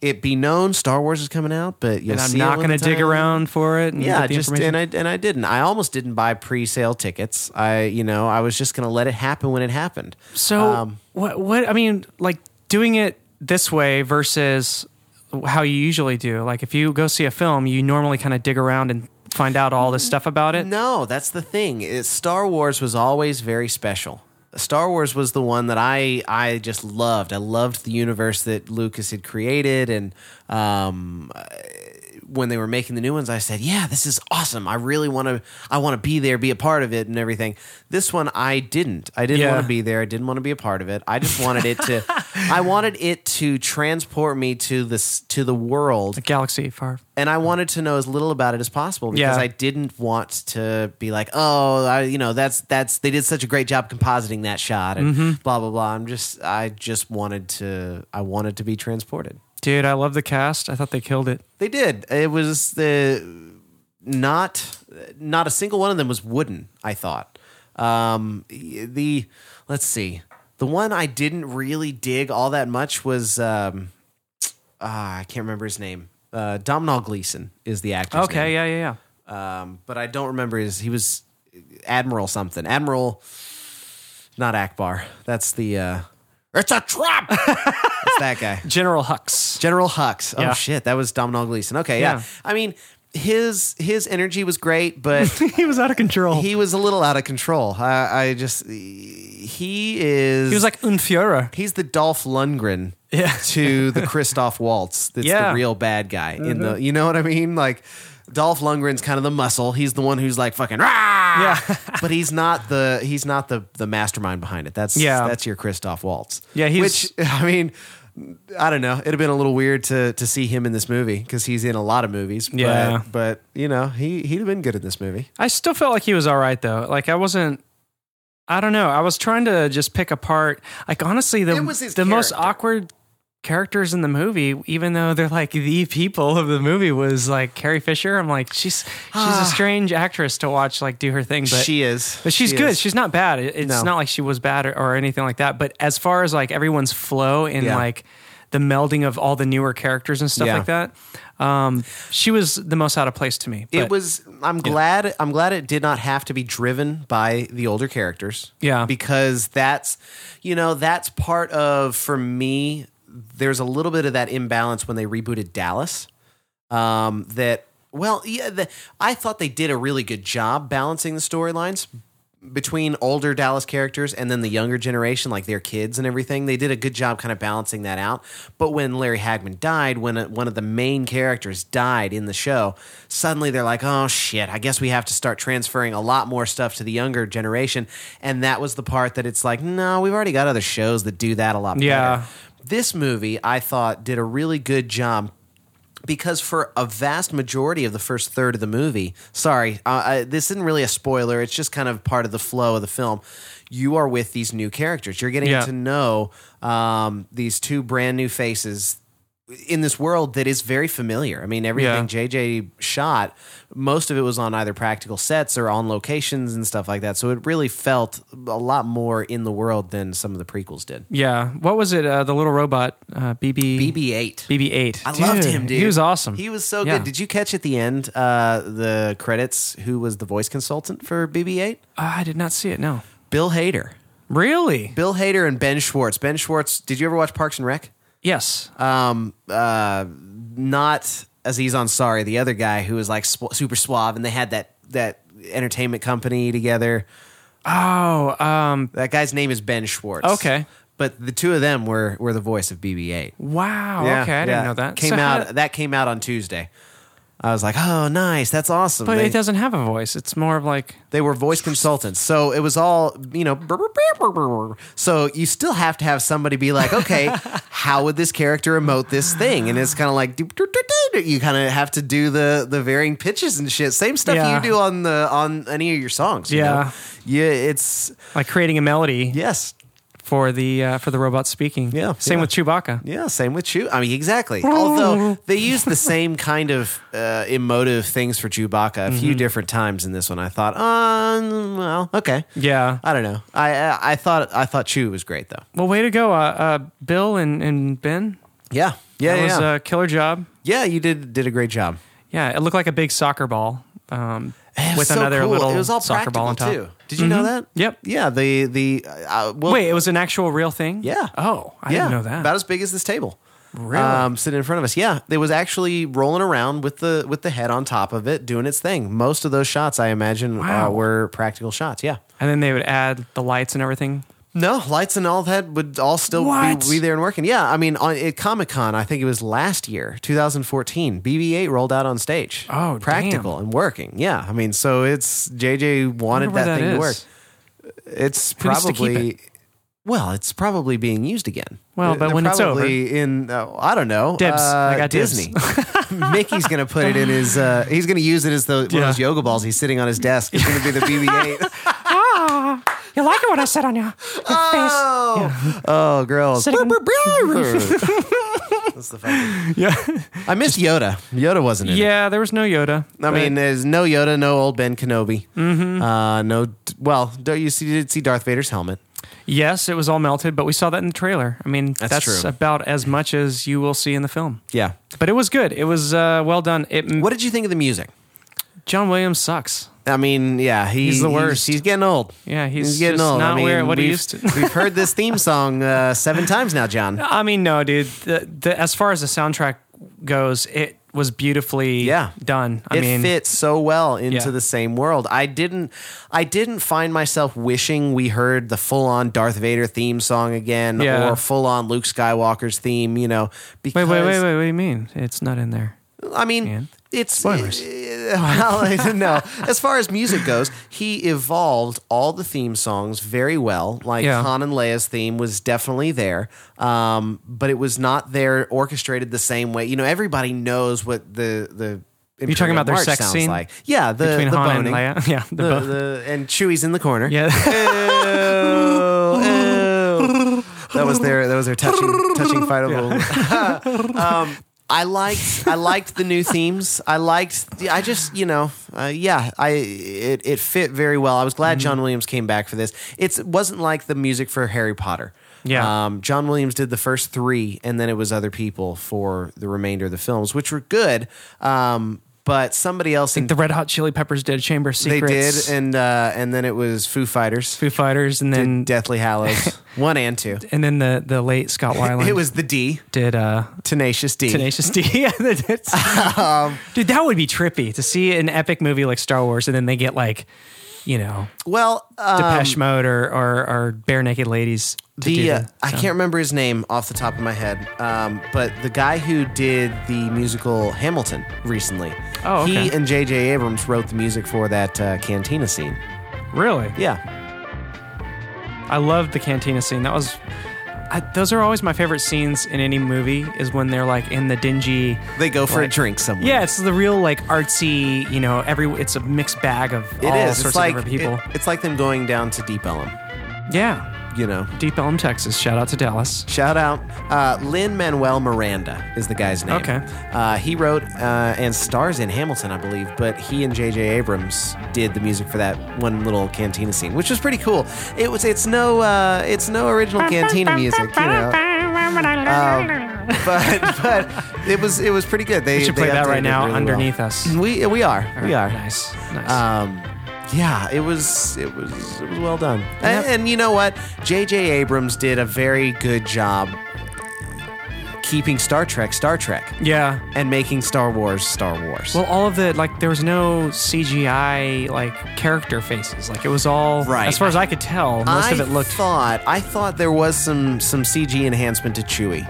B: it be known Star Wars is coming out, but you'll
C: and I'm
B: see
C: not
B: going to
C: dig around for it. And
B: Yeah,
C: get the
B: just
C: information.
B: and I and I didn't. I almost didn't buy pre-sale tickets. I you know I was just going to let it happen when it happened.
C: So what? What I mean, like doing it this way versus how you usually do. Like if you go see a film, you normally kind of dig around and find out all this stuff about it.
B: No, that's the thing. It, Star Wars was always very special. Star Wars was the one that I I just loved. I loved the universe that Lucas had created, and um, uh, when they were making the new ones, I said, "Yeah, this is awesome. I really want to. I want to be there, be a part of it, and everything." This one, I didn't. I didn't
C: Yeah.
B: want to be there. I didn't want to be a part of it. I just wanted it to. I wanted it to transport me to this to the world
C: The galaxy far.
B: and I wanted to know as little about it as possible because
C: Yeah.
B: I didn't want to be like, oh, I, you know, that's that's they did such a great job compositing that shot and
C: Mm-hmm.
B: blah blah blah. I'm just I just wanted to I wanted to be transported.
C: Dude, I love the cast. I thought they killed it.
B: They did. It was the not not a single one of them was wooden. I thought um, the let's see the one I didn't really dig all that much was um, ah, I can't remember his name. Uh, Domhnall Gleeson is the actor.
C: Okay, yeah, yeah, yeah.
B: um, but I don't remember his. He was Admiral something. Admiral, not Akbar. That's the. Uh, it's a trap. it's that guy.
C: General Hux.
B: General Hux. Oh
C: Yeah.
B: shit, that was Domhnall Gleeson. Okay, yeah.
C: Yeah.
B: I mean, his his energy was great, but
C: he was out of control. He,
B: he was a little out of control. I, I just he is.
C: was like Unfuhrer.
B: He's the Dolph Lundgren
C: Yeah.
B: to the Christoph Waltz. That's
C: Yeah.
B: the
C: Mm-hmm.
B: real bad guy in the. You know what I mean? Like Dolph Lundgren's kind of the muscle. He's the one who's like fucking rah.
C: Yeah.
B: but he's not the he's not the the mastermind behind it. That's
C: Yeah.
B: That's your Christoph Waltz.
C: Yeah, he's-
B: Which I mean. I don't know. It'd have been a little weird to to see him in this movie because he's in a lot of movies. but-
C: Yeah.
B: but, you know he he'd have been good in this movie.
C: I still felt like he was all right though. Like I wasn't. I don't know. I was trying to just pick apart. Like honestly, the
B: It was his
C: the most
B: character.
C: awkward characters in the movie, even though they're like the people of the movie, was like Carrie Fisher. I'm like she's she's a strange actress to watch like do her thing, but
B: Ah. she is,
C: But she's
B: She
C: good.
B: is.
C: She's not bad. It- It's
B: No.
C: not like she was bad or, or anything like that. But as far as like everyone's flow and
B: Yeah.
C: like the melding of all the newer characters and stuff
B: Yeah.
C: like that, um, she was the most out of place to me.
B: it
C: But-
B: was i'm glad i'm glad it did not have to be driven by the older characters
C: Yeah.
B: because that's you know that's part of for me there's a little bit of that imbalance when they rebooted dallas um that well yeah the, i thought they did a really good job balancing the storylines between older Dallas characters and then the younger generation, like their kids and everything, they did a good job kind of balancing that out. But when Larry Hagman died, when uh one of the main characters died in the show, suddenly they're like, oh shit, I guess we have to start transferring a lot more stuff to the younger generation. And that was the part that it's like, no, we've already got other shows that do that a lot
C: Yeah.
B: better. This movie, I thought, did a really good job because for a vast majority of the first third of the movie, sorry, uh, I, this isn't really a spoiler. It's just kind of part of the flow of the film. You are with these new characters. You're getting
C: Yeah.
B: to know um, these two brand new faces in this world that is very familiar. I mean, everything JJ shot, most of it was on either practical sets or on locations and stuff like that. So it really felt a lot more in the world than some of the prequels did.
C: Yeah. What was it? Uh, the little robot, uh, BB.
B: BB 8.
C: BB-8.
B: I loved him, dude.
C: He was awesome.
B: He was so
C: Yeah.
B: good. Did you catch at the end uh, the credits? Who was the voice consultant for BB-8?
C: Ah, I did not see it. No.
B: Bill Hader.
C: Really?
B: Bill Hader and Ben Schwartz. Ben Schwartz. Did you ever watch Parks and Rec?
C: Yes.
B: Um, uh, not Aziz Ansari, the other guy who was like sw- super suave, and they had that that entertainment company together.
C: oh, um,
B: That guy's name is Ben Schwartz.
C: Okay.
B: But the two of them were were the voice of BB-8.
C: wow.
B: Yeah,
C: okay. I didn't
B: yeah.
C: know that.
B: Came
C: So how
B: out
C: do-
B: that came out on Tuesday. I was like, oh, nice. That's awesome.
C: but
B: They-
C: it doesn't have a voice. It's more of like,
B: They were voice consultants. So it was all, you know, brr, brr, brr, brr, brr, brr. so you still have to have somebody be like, okay, how would this character emote this thing? And it's kind of like, doop, doop, doop, doop. you kind of have to do the, the varying pitches and shit. Same stuff
C: Yeah.
B: you do on the, on any of your songs. you
C: Yeah.
B: know? Yeah. It's
C: like creating a melody
B: yes.
C: for the uh, for the robot speaking.
B: Yeah,
C: Same
B: yeah.
C: with Chewbacca.
B: Yeah, same with Chew. I mean, exactly. Although they use the same kind of uh, emotive things for Chewbacca a
C: Mm-hmm.
B: few different times in this one. I thought, um, well, okay,
C: Yeah.
B: I don't know. I, I I thought I thought Chew was great though.
C: Well, way to go, uh, uh, Bill and, and Ben.
B: Yeah, yeah,
C: That was
B: yeah.
C: a killer job.
B: yeah, you did did a great job.
C: Yeah, it looked like a big soccer ball um,
B: It was
C: with
B: so
C: another
B: cool.
C: little
B: it was all
C: soccer
B: practical
C: ball on top. Mm-hmm.
B: too. Did you know that?
C: Yep.
B: Yeah. The the uh, well,
C: Wait, it was an actual real thing?
B: Yeah.
C: Oh, I
B: yeah,
C: didn't know that.
B: About as big as this table.
C: Really?
B: Um, sitting in front of us. Yeah, it was actually rolling around with the with the head on top of it, doing its thing. Most of those shots, I imagine,
C: Wow.
B: uh, were practical shots. Yeah.
C: and then they would add the lights and everything.
B: No, lights and all that would all still be,
C: What?
B: be there and working. Yeah, I mean, on, at Comic Con, I think it was last year, 2014, BB-8 rolled out on stage.
C: Oh,
B: practical and working. Yeah, I mean, so it's JJ wanted
C: where
B: that, thing
C: is.
B: to work. It's
C: Who needs to keep
B: probably well, it's probably being used again.
C: Well,
B: They're-
C: but
B: they're
C: when it's
B: probably in uh, I don't know, uh,
C: Dibs. I got dibs.
B: Disney. Mickey's gonna put it in his. Uh, he's gonna use it as the, one
C: Yeah.
B: of those yoga balls. He's sitting on his desk. It's gonna be the BB-8.
C: You like it when I said on your, your
B: Oh, oh, girls.
C: Sitting-
B: That's the fucking.
C: Yeah.
B: I miss Yoda. Yoda wasn't in it.
C: yeah, there was no Yoda.
B: I mean, there's no Yoda, no old Ben Kenobi. Mm-hmm. Uh, no, well, do you see, you did see Darth Vader's helmet.
C: yes, it was all melted, but we saw that in the trailer. I mean, that's,
B: true.
C: about as much as you will see in the film.
B: Yeah.
C: But it was good. It was uh, well done. It
B: What did you think of the music?
C: John Williams sucks.
B: I mean, yeah, he-
C: He's the worst.
B: He's, getting old.
C: Yeah, he's just not where- what he
B: we've-
C: used to-
B: we've heard this theme song uh, seven times now, John.
C: I mean, no, dude. The, the, as far as the soundtrack goes, it was beautifully
B: Yeah.
C: done. I
B: it
C: mean,
B: fits so well into
C: Yeah.
B: the same world. I didn't I didn't find myself wishing we heard the full on Darth Vader theme song again
C: Yeah.
B: or full on Luke Skywalker's theme, you know,
C: wait,
B: because
C: wait, wait, wait. What do you mean? It's not in there.
B: I mean,
C: Ian?
B: it's
C: Spoilers.
B: eh, well, no. As far as music goes, he evolved all the theme songs very well. Like
C: Yeah.
B: Han and Leia's theme was definitely there, um, but it was not there orchestrated the same way. You know, everybody knows what the the. You're
C: talking about their sex scene?
B: Like. Yeah, the
C: Between
B: the
C: Han and
B: boning.
C: Leia? Yeah, the
B: the,
C: bo-
B: the- and Chewie's in the corner.
C: Yeah.
B: Oh, Ew, ew. That was their that was their touching touching fight of um, I liked I liked the new themes. I liked I just you know uh, yeah I it, it fit very well. I was glad
C: Mm-hmm.
B: John Williams came back for this. It's, it wasn't like the music for Harry Potter.
C: Yeah.
B: um, John Williams did the first three, and then it was other people for the remainder of the films, which were good. Um, but somebody else
C: the Red Hot Chili Peppers did Chamber of
B: they
C: Secrets.
B: did, and uh, and then it was Foo Fighters.
C: Foo Fighters, and then
B: And Deathly Hallows one and two.
C: and then the the late Scott Weiland.
B: It was the D,
C: did uh,
B: Tenacious D.
C: Tenacious D. Yeah, they did.
B: Um,
C: Dude, that would be trippy to see an epic movie like Star Wars, and then they get like you know,
B: Well, um,
C: Depeche Mode or, or or Bare Naked Ladies. to do
B: the uh,
C: the
B: I
C: sound.
B: can't remember his name off the top of my head, um, but the guy who did the musical Hamilton recently,
C: Oh, okay.
B: he and J.J. Abrams wrote the music for that uh, cantina scene.
C: really.
B: Yeah,
C: I loved the cantina scene. That was. I, those are always my favorite scenes in any movie. Is when they're like in the dingy.
B: they go for
C: Like-
B: a drink somewhere.
C: Yeah, it's the real like artsy. You know, every it's a mixed bag of
B: it is.
C: all
B: It's
C: sorts
B: like
C: of different people.
B: it- it's like them going down to Deep Ellum.
C: yeah,
B: You know,
C: Deep Elm, Texas. Shout out to Dallas.
B: Shout out uh, Lynn Manuel Miranda is the guy's name.
C: Okay.
B: Uh, he wrote uh, and stars in Hamilton, I believe, but he and J.J. Abrams did the music for that one little cantina scene, which was pretty cool. It was it's no uh, it's no original cantina music, you know. Um, but but it was it was pretty good. They
C: We should
B: they
C: play that
B: updated
C: right
B: it
C: now
B: really
C: underneath
B: well.
C: us.
B: We we are we are
C: Nice, nice.
B: um, yeah, it was it was it was well done. And, and you know what? J.J. Abrams did a very good job keeping Star Trek Star Trek
C: yeah.
B: and making Star Wars Star Wars.
C: Well, all of the like, there was no CGI like character faces. Like it was all
B: Right.
C: As far as I could tell, most
B: I
C: of it looked.
B: thought I thought there was some some CG enhancement to Chewie.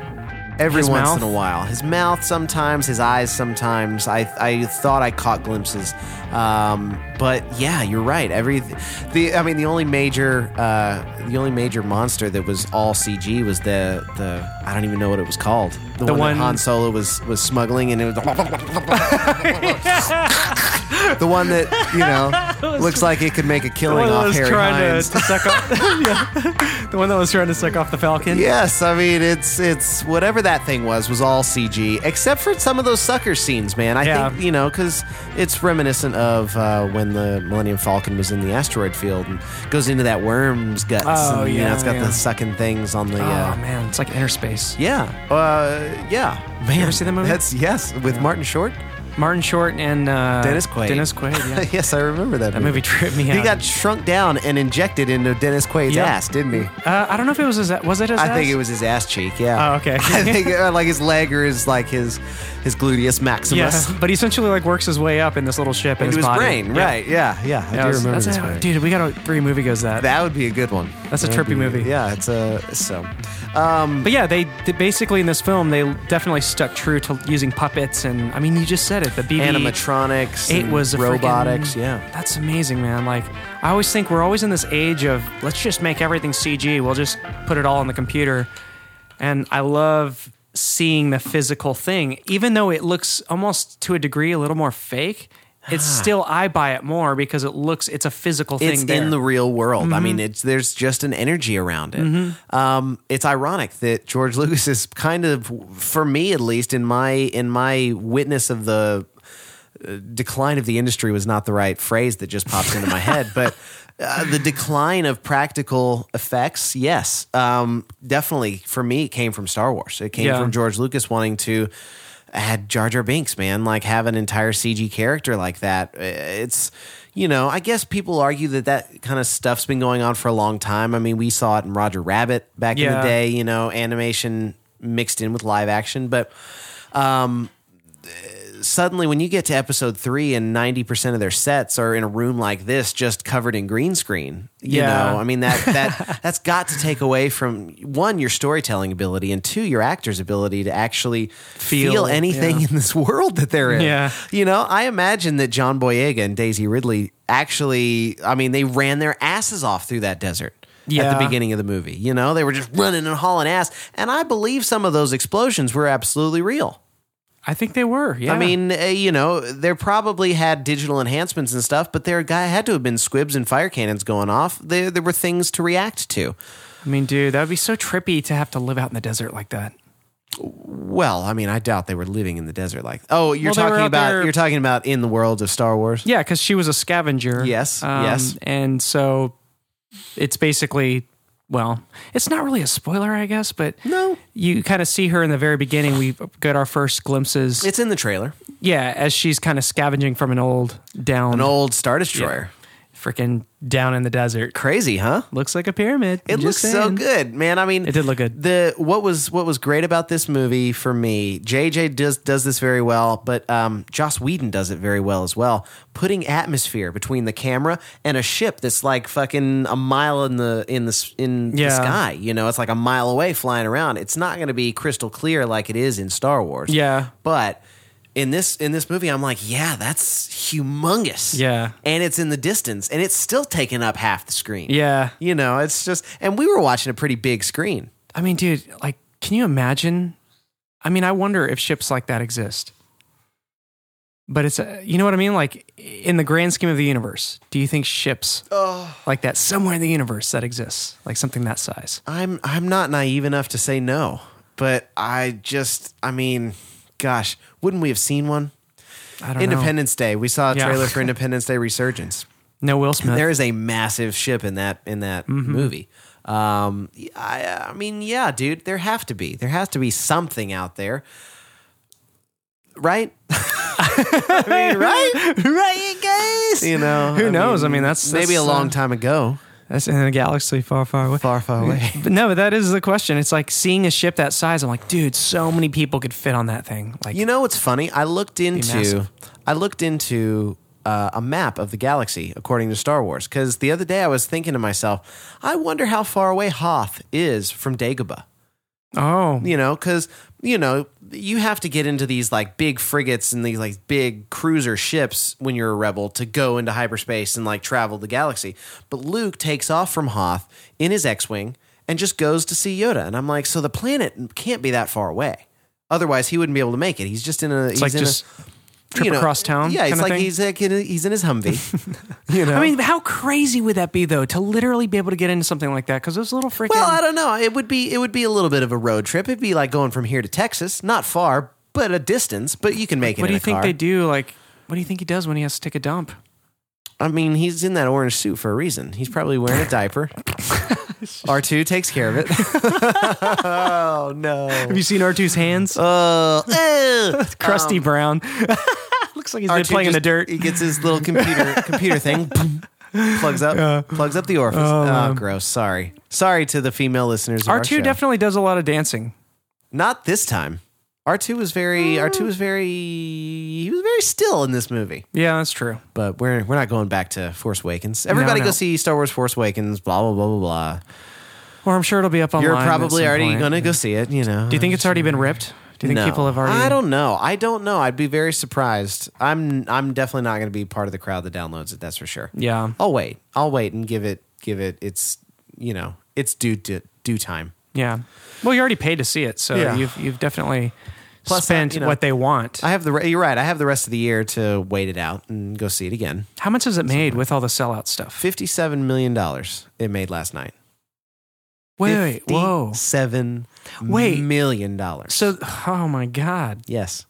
B: Every
C: His
B: once
C: mouth?
B: in a while, his mouth sometimes, his eyes sometimes. I I thought I caught glimpses, um, but yeah, you're right. Every the I mean the only major uh, the only major monster that was all CG was the the I don't even know what it was called. The, one,
C: one-
B: that Han Solo was was smuggling and it was the one that you know looks like it could make a
C: the
B: killing
C: one that
B: off
C: was
B: Harry
C: trying to,
B: Hines.
C: to suck off. yeah. The one that was trying to suck off the Falcon.
B: Yes, I mean it's it's whatever that thing was was all CG except for some of those sucker scenes, man. I
C: Yeah.
B: think you know because it's reminiscent of uh, when the Millennium Falcon was in the asteroid field and goes into that worm's guts.
C: Oh,
B: and, you know,
C: yeah,
B: it's got
C: yeah.
B: the sucking things on the.
C: Oh
B: uh,
C: man, it's like inner space.
B: yeah, uh, yeah. Man,
C: ever see that movie?
B: That's yes, with Martin Short,
C: Martin Short and uh,
B: Dennis Quaid.
C: Dennis Quaid. Yeah.
B: yes, I remember that.
C: that movie tripped me out.
B: He got shrunk down and injected into Dennis Quaid's
C: Yeah.
B: ass, didn't he?
C: Uh, I don't know if it was his. Was it his?
B: I think
C: ass?
B: it was his ass cheek. Yeah.
C: Oh, okay.
B: I think uh, like his leg or his like his his gluteus
C: Yeah,
B: maximus.
C: but he essentially like works his way up in this little ship in
B: Into
C: his,
B: his
C: body.
B: brain,
C: Yeah.
B: right? Yeah, yeah. I
C: That
B: do
C: was-
B: remember
C: that's
B: this
C: how-
B: movie.
C: Dude, we got a three movie goes that.
B: That would be a good one.
C: That's a
B: That'd
C: trippy
B: be-
C: movie.
B: Yeah, it's a so.
C: But yeah, they, they basically in this film they definitely stuck true to using puppets and I mean you just said it the BB
B: Animatronics.
C: It
B: and
C: was a
B: robotics.
C: freaking-
B: Yeah.
C: that's amazing, man. Like I always think we're always in this age of let's just make everything CG. We'll just put it all on the computer, and I love seeing the physical thing, even though it looks almost to a degree a little more fake. It's still I buy it more because it looks it's a physical thing.
B: Ah. It's
C: there. Mm-hmm.
B: in the real world. I mean, it's there's just an energy around it. Um, it's ironic that George Lucas is kind of, for me at least, in my in my witness of the decline of the industry was not the right phrase that just pops into my head, but uh, the decline of practical effects, yes, um, definitely for me it came from Star Wars. It came
C: Yeah.
B: from George Lucas wanting to add Jar Jar Binks, man, like have an entire CG character like that. Uh, It's you know, I guess people argue that that kind of stuff's been going on for a long time. I mean, we saw it in Roger Rabbit back in
C: Yeah.
B: the day, you know, animation mixed in with live action, but suddenly when you get to episode three and 90% of their sets are in a room like this just covered in green screen you
C: Yeah.
B: know i mean that that that's got to take away from one your storytelling ability and two your actor's ability to actually feel,
C: Feel,
B: anything
C: yeah.
B: in this world that they're in
C: Yeah.
B: you know i imagine that john boyega and daisy ridley actually i mean they ran their asses off through that desert at
C: Yeah.
B: the beginning of the movie you know they were just running and hauling ass and i believe some of those explosions were absolutely real
C: I think they were. Yeah,
B: I mean, uh, you know, they probably had digital enhancements and stuff, but there guy had to have been squibs and fire cannons going off. There, there were things to react to.
C: I mean, dude, that would be so trippy to have to live out in the desert like that.
B: Well, I mean, I doubt they were living in the desert like. Oh, you're
C: Well, they were
B: talking
C: out
B: about
C: there-
B: you're talking about in the world of Star Wars.
C: Yeah, because she was a scavenger. Um,
B: Yes, yes.
C: And so it's basically, well, it's not really a spoiler, I guess, but
B: No.
C: you kind of see her in the very beginning. We get our first glimpses.
B: It's in the trailer.
C: yeah, as she's kind of scavenging from an old down
B: An old Star Destroyer.
C: freaking down in the desert.
B: Crazy, huh?
C: Looks like a pyramid.
B: It looks so good, man. I mean,
C: It did look good.
B: The what was what was great about this movie for me, JJ does does this very well, but um, Joss Whedon does it very well as well. Putting atmosphere between the camera and a ship that's like fucking a mile in the in the s- in the
C: Yeah.
B: sky. You know, it's like a mile away flying around. It's not going to be crystal clear like it is in Star Wars.
C: Yeah.
B: but. In this in this movie, I'm like, yeah, that's humongous.
C: Yeah.
B: and it's in the distance, and it's still taking up half the screen.
C: Yeah.
B: You know, it's just, and we were watching a pretty big screen.
C: I mean, dude, like, can you imagine? I mean, I wonder if ships like that exist. But it's, uh, you know what I mean? Like, in the grand scheme of the universe, do you think ships like that somewhere in the universe that exists, like something that size?
B: I'm, I'm not naive enough to say no, but I just, I mean, gosh, wouldn't we have seen one?
C: I don't know.
B: Independence Day. We saw a
C: Yeah.
B: trailer for Independence Day Resurgence.
C: No Will Smith.
B: There is a massive ship in that in that
C: Mm-hmm.
B: movie. Um, I, I mean, yeah, dude, there have to be there has to be something out there, right? I mean, right, right, guys. You know,
C: Who knows? I mean, that's-
B: maybe
C: that's,
B: a
C: uh,
B: long time ago.
C: That's in a galaxy far, far away.
B: Far, far away.
C: But no, but that is the question. It's like seeing a ship that size. I'm like, dude, so many people could fit on that thing. Like,
B: You know what's funny? I looked into
C: massive.
B: I looked into uh, a map of the galaxy according to Star Wars because the other day I was thinking to myself, I wonder how far away Hoth is from Dagobah.
C: oh,
B: You know, because you know you have to get into these like big frigates and these like big cruiser ships when you're a rebel to go into hyperspace and like travel the galaxy. But Luke takes off from Hoth in his X-wing and just goes to see Yoda, and I'm like, so the planet can't be that far away. Otherwise, he wouldn't be able to make it. He's just in a. he's
C: it's like
B: in a-
C: just trip
B: you know,
C: across town.
B: Yeah, it's
C: kinda
B: like
C: thing.
B: he's like in, he's in his Humvee. you know,
C: I mean, how crazy would that be though to literally be able to get into something like that? Because those little freaking.
B: well, I don't know. It would be it would be a little bit of a road trip. It'd be like going from here to Texas, not far, but a distance. But you can make it.
C: what
B: in
C: do you
B: a
C: think
B: car.
C: they do? Like, what do you think he does when he has to take a dump?
B: I mean, he's in that orange suit for a reason. He's probably wearing a diaper. R two takes care of it. oh no.
C: Have you seen R2's hands?
B: Uh, ugh.
C: Crusty brown. um, Looks like he's been
B: R2
C: playing in the
B: just-
C: dirt.
B: He gets his little computer computer thing, boom, plugs up, plugs up the orifice. Oh, gross. Sorry, sorry to the female listeners. Of our
C: R2
B: show.
C: definitely does a lot of dancing.
B: Not this time. R two was very R two was very he was very still in this movie.
C: Yeah, that's true.
B: But we're we're not going back to Force Awakens. Everybody
C: no.
B: go see Star Wars Force Awakens. Blah blah blah blah blah.
C: Or I'm sure it'll be up online.
B: You're
C: at
B: probably
C: some
B: already
C: point.
B: gonna go see it. You know.
C: Do you think it's already been ripped? Do you think people have already?
B: I don't know. I don't know. I'd be very surprised. I'm I'm definitely not going to be part of the crowd that downloads it. That's for sure.
C: Yeah.
B: I'll wait. I'll wait and give it give it its you know its due due, due time.
C: Yeah. Well, you already paid to see it, so
B: Yeah.
C: you've you've definitely
B: Plus,
C: spent
B: uh, you know,
C: what they want.
B: I have the re- you're right. I have the rest of the year to wait it out and go see it again.
C: How much has it made with all the sellout stuff?
B: Fifty seven million dollars it made last night.
C: Wait, wait, whoa.
B: Seven
C: Wait.
B: million dollars.
C: So, oh my God,
B: yes.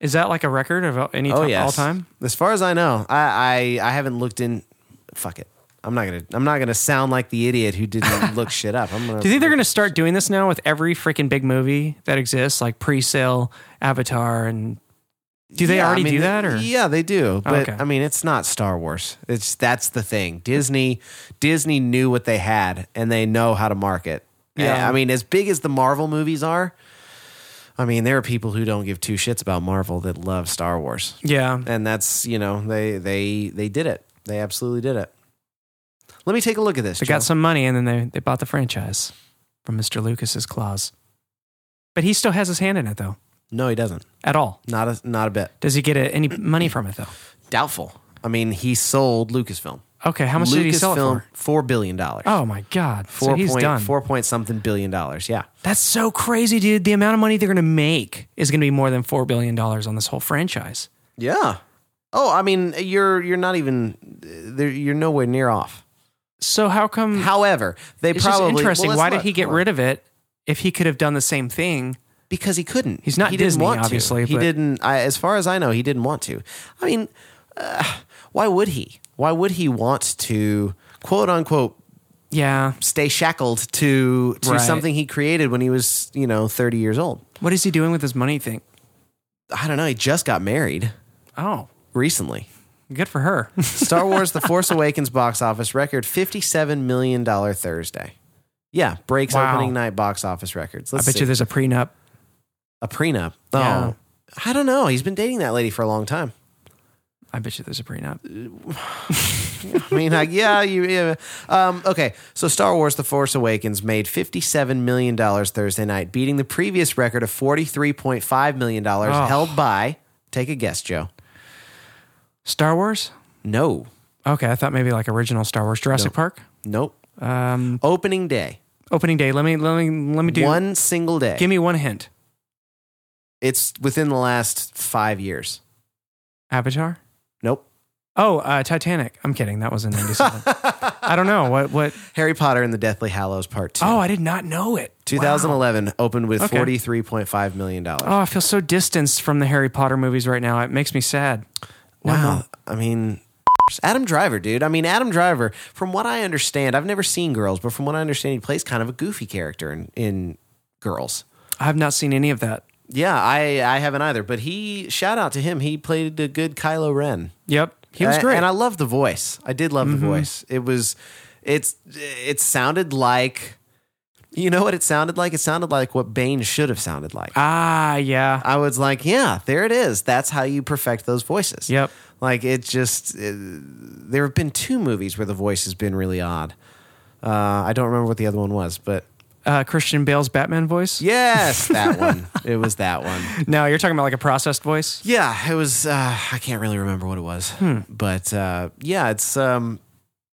C: is that like a record of any
B: Oh
C: time,
B: yes.
C: all time?
B: As far as I know, I, I I haven't looked in. Fuck it. I'm not gonna I'm not gonna sound like the idiot who didn't look shit up. I'm gonna.
C: Do you think they're going to start doing this now with every freaking big movie that exists, like pre-sale, Avatar, and do they
B: Yeah,
C: already
B: I mean,
C: do that? Or
B: yeah, they do. But
C: okay.
B: I mean, it's not Star Wars. It's that's the thing. Disney Disney knew what they had, and they know how to market. Yeah,
C: Yeah.
B: I mean, as big as the Marvel movies are, I mean, there are people who don't give two shits about Marvel that love Star Wars,
C: yeah,
B: and that's you know they they they did it. They absolutely did it. Let me take a look at this.
C: they
B: Joe.
C: got some money and then they they bought the franchise from Mr. Lucas's claws. But he still has his hand in it though,
B: no, he doesn't.
C: at all.
B: Not a not a bit.
C: Does he get uh, any money from it though?
B: Doubtful. I mean, he sold Lucasfilm.
C: Okay, how much
B: Lucasfilm
C: did he sell it for?
B: Four billion dollars.
C: Oh my God!
B: Four
C: so he's
B: point-
C: done.
B: four point something billion dollars. Yeah.
C: That's so crazy, dude. The amount of money they're going to make is going to be more than four billion dollars on this whole franchise.
B: Yeah. Oh, I mean, you're you're not even uh, there. You're nowhere near off.
C: So how come?
B: However, they
C: Hmm. it's
B: probably
C: just interesting.
B: well, let's
C: Why
B: look.
C: did he get
B: Hold on.
C: rid of it if he could have done the same thing?
B: Because he couldn't.
C: He's not
B: he
C: Disney,
B: didn't want
C: obviously,
B: To. He
C: but-
B: didn't. I, as far as I know, he didn't want to. I mean, uh, why would he? Why would he want to quote unquote
C: Yeah.
B: stay shackled to to
C: Right.
B: something he created when he was you know thirty years old?
C: What is he doing with his money? Think.
B: I don't know. He just got married
C: Oh,
B: recently.
C: Good for her.
B: Star Wars The Force Awakens box office record $57 million Thursday. Yeah, breaks
C: Wow.
B: opening night box office records.
C: I
B: Let's
C: bet
B: see.
C: you there's a prenup.
B: a prenup. Oh,
C: Yeah.
B: I don't know. He's been dating that lady for a long time.
C: I bet you there's a prenup.
B: I mean, like, yeah, you. Yeah. Um, okay, so Star Wars: The Force Awakens made fifty-seven million dollars Thursday night, beating the previous record of forty-three point five million dollars
C: Oh.
B: held by. Take a guess, Joe.
C: Star Wars?
B: No,
C: Okay, I thought maybe like original Star Wars Jurassic Park.
B: nope.
C: Um,
B: Opening day,
C: opening day. Let me let me let me do
B: one single day.
C: Give me one hint.
B: it's within the last five years.
C: Avatar?
B: Nope.
C: Oh, uh, Titanic. I'm kidding. That was in 97. I don't know. What what
B: Harry Potter and the Deathly Hallows Part Two.
C: Oh, I did not know it.
B: 2011 opened with
C: Okay.
B: forty-three point five million dollars.
C: Oh, I feel so distanced from the Harry Potter movies right now. It makes me sad. No
B: Wow.
C: more.
B: I mean, Adam Driver, dude. I mean, Adam Driver, from what I understand, I've never seen Girls, but from what I understand, he plays kind of a goofy character in, in Girls.
C: I have not seen any of that.
B: Yeah, I, I haven't either. But he, shout out to him, he played a good Kylo Ren.
C: Yep. He was
B: A-
C: great. Mm-hmm.
B: And I love the voice. I did love the voice. It was, it's, it sounded like, you know what it sounded like? It sounded like what Bane should have sounded like.
C: ah, yeah.
B: I was like, yeah, there it is. That's how you perfect those voices.
C: Yep.
B: Like it just, it, there have been two movies where the voice has been really odd. Uh, I don't remember what the other one was, but
C: Uh, Christian Bale's Batman voice?
B: yes, that one. It was that one.
C: No, you're talking about like a processed voice?
B: Yeah, it was. Uh, I can't really remember what it was,
C: Hmm.
B: but uh, yeah, it's um,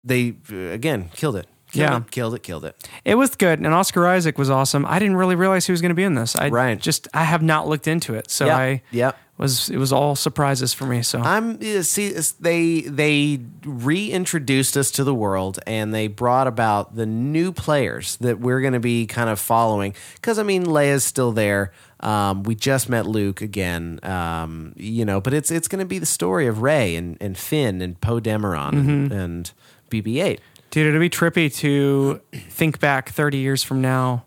B: they uh, again killed it. Killed
C: Yeah.
B: it, killed it, killed it.
C: It was good, and Oscar Isaac was awesome. I didn't really realize he was going to be in this. I
B: Right.
C: just I have not looked into it, so
B: Yep,
C: I
B: yep.
C: was it was all surprises for me. So
B: I'm yeah, see it's- they they reintroduced us to the world and they brought about the new players that we're going to be kind of following because I mean Leia's still there. Um, we just met Luke again, um, you know, but it's it's going to be the story of Ray and, and Finn and Poe Dameron
C: Mm-hmm.
B: and, and BB-8.
C: dude, it'd be trippy to think back 30 years from now,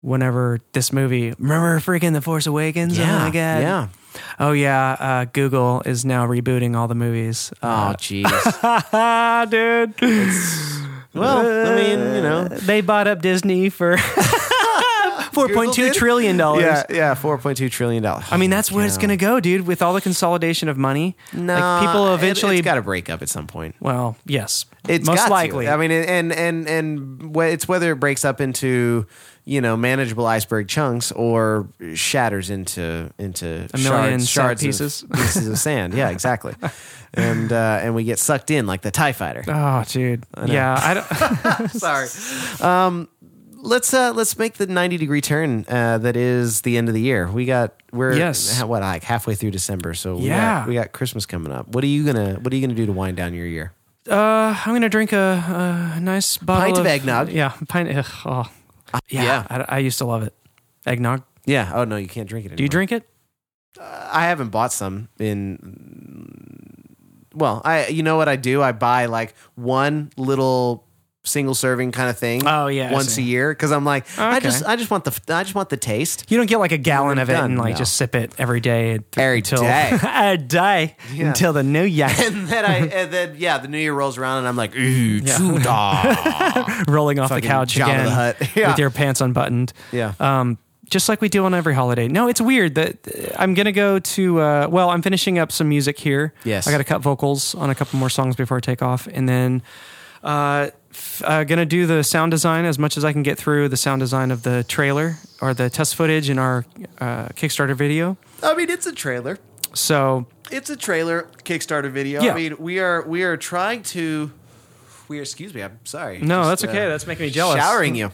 C: whenever this movie remember freaking The Force Awakens? oh my god,
B: yeah.
C: oh yeah. Uh, Google is now rebooting all the movies.
B: Oh,
C: Uh,
B: jeez.
C: dude. Uh,
B: well, I mean, you know,
C: they bought up Disney for four point two
B: did?
C: trillion dollars.
B: yeah, yeah, Oh, four point two trillion dollars.
C: I mean, that's where it's going to go, dude. With all the consolidation of money, like people eventually.
B: got to break up at some point.
C: well, yes,
B: It's got
C: most
B: to.
C: likely.
B: I mean, and and and wh- it's whether it breaks up into you know manageable iceberg chunks or shatters into into
C: A million
B: shards,
C: sad
B: shards of-
C: pieces.
B: pieces of sand. Yeah, exactly. and uh, and we get sucked in like the Tie Fighter.
C: oh, dude. yeah, I don't.
B: Sorry. Um, let's uh, let's make the ninety degree turn. Uh, that is the end of the year. We got we're
C: Yes.
B: ha- what like halfway through December. So we
C: Yeah.
B: got, we got Christmas coming up. What are you gonna What are you gonna do to wind down your year?
C: uh, I'm gonna drink a, a nice bottle
B: Pint of
C: of
B: eggnog.
C: Yeah, pint. ugh, oh. Yeah,
B: yeah.
C: I, I used to love it. Eggnog.
B: Yeah. Oh no, you can't drink it. Anymore.
C: Do you drink it?
B: I haven't bought some in. Well, I you know what I do? I buy like one little single serving kind of thing.
C: Oh, yeah, I
B: once a
C: see.
B: year because I'm like I
C: Okay.
B: just I just want the I just want the taste.
C: You don't get like a gallon
B: You're
C: of it
B: done,
C: and like
B: no.
C: just sip it every day th-
B: Every
C: until
B: day.
C: a day
B: Yeah.
C: until the new year.
B: And then I and then yeah, the new year rolls around and I'm like ooh yeah.
C: rolling off the
B: Fucking
C: couch
B: Jabba the
C: again
B: Hutt. Yeah.
C: with your pants unbuttoned.
B: Yeah.
C: Um, just like we do on every holiday. No, it's weird that uh, I'm gonna go to. Uh, well, I'm finishing up some music here.
B: Yes.
C: I got to cut vocals on a couple more songs before I take off, and then. Uh, f- uh, gonna do the sound design as much as I can get through the sound design of the trailer or the test footage in our uh, Kickstarter video.
B: I mean, it's a trailer.
C: So
B: It's a trailer Kickstarter video.
C: Yeah.
B: I mean, we are we are trying to. We are, excuse me. I'm sorry.
C: no,
B: Just,
C: that's okay.
B: uh,
C: That's making me jealous.
B: Showering you.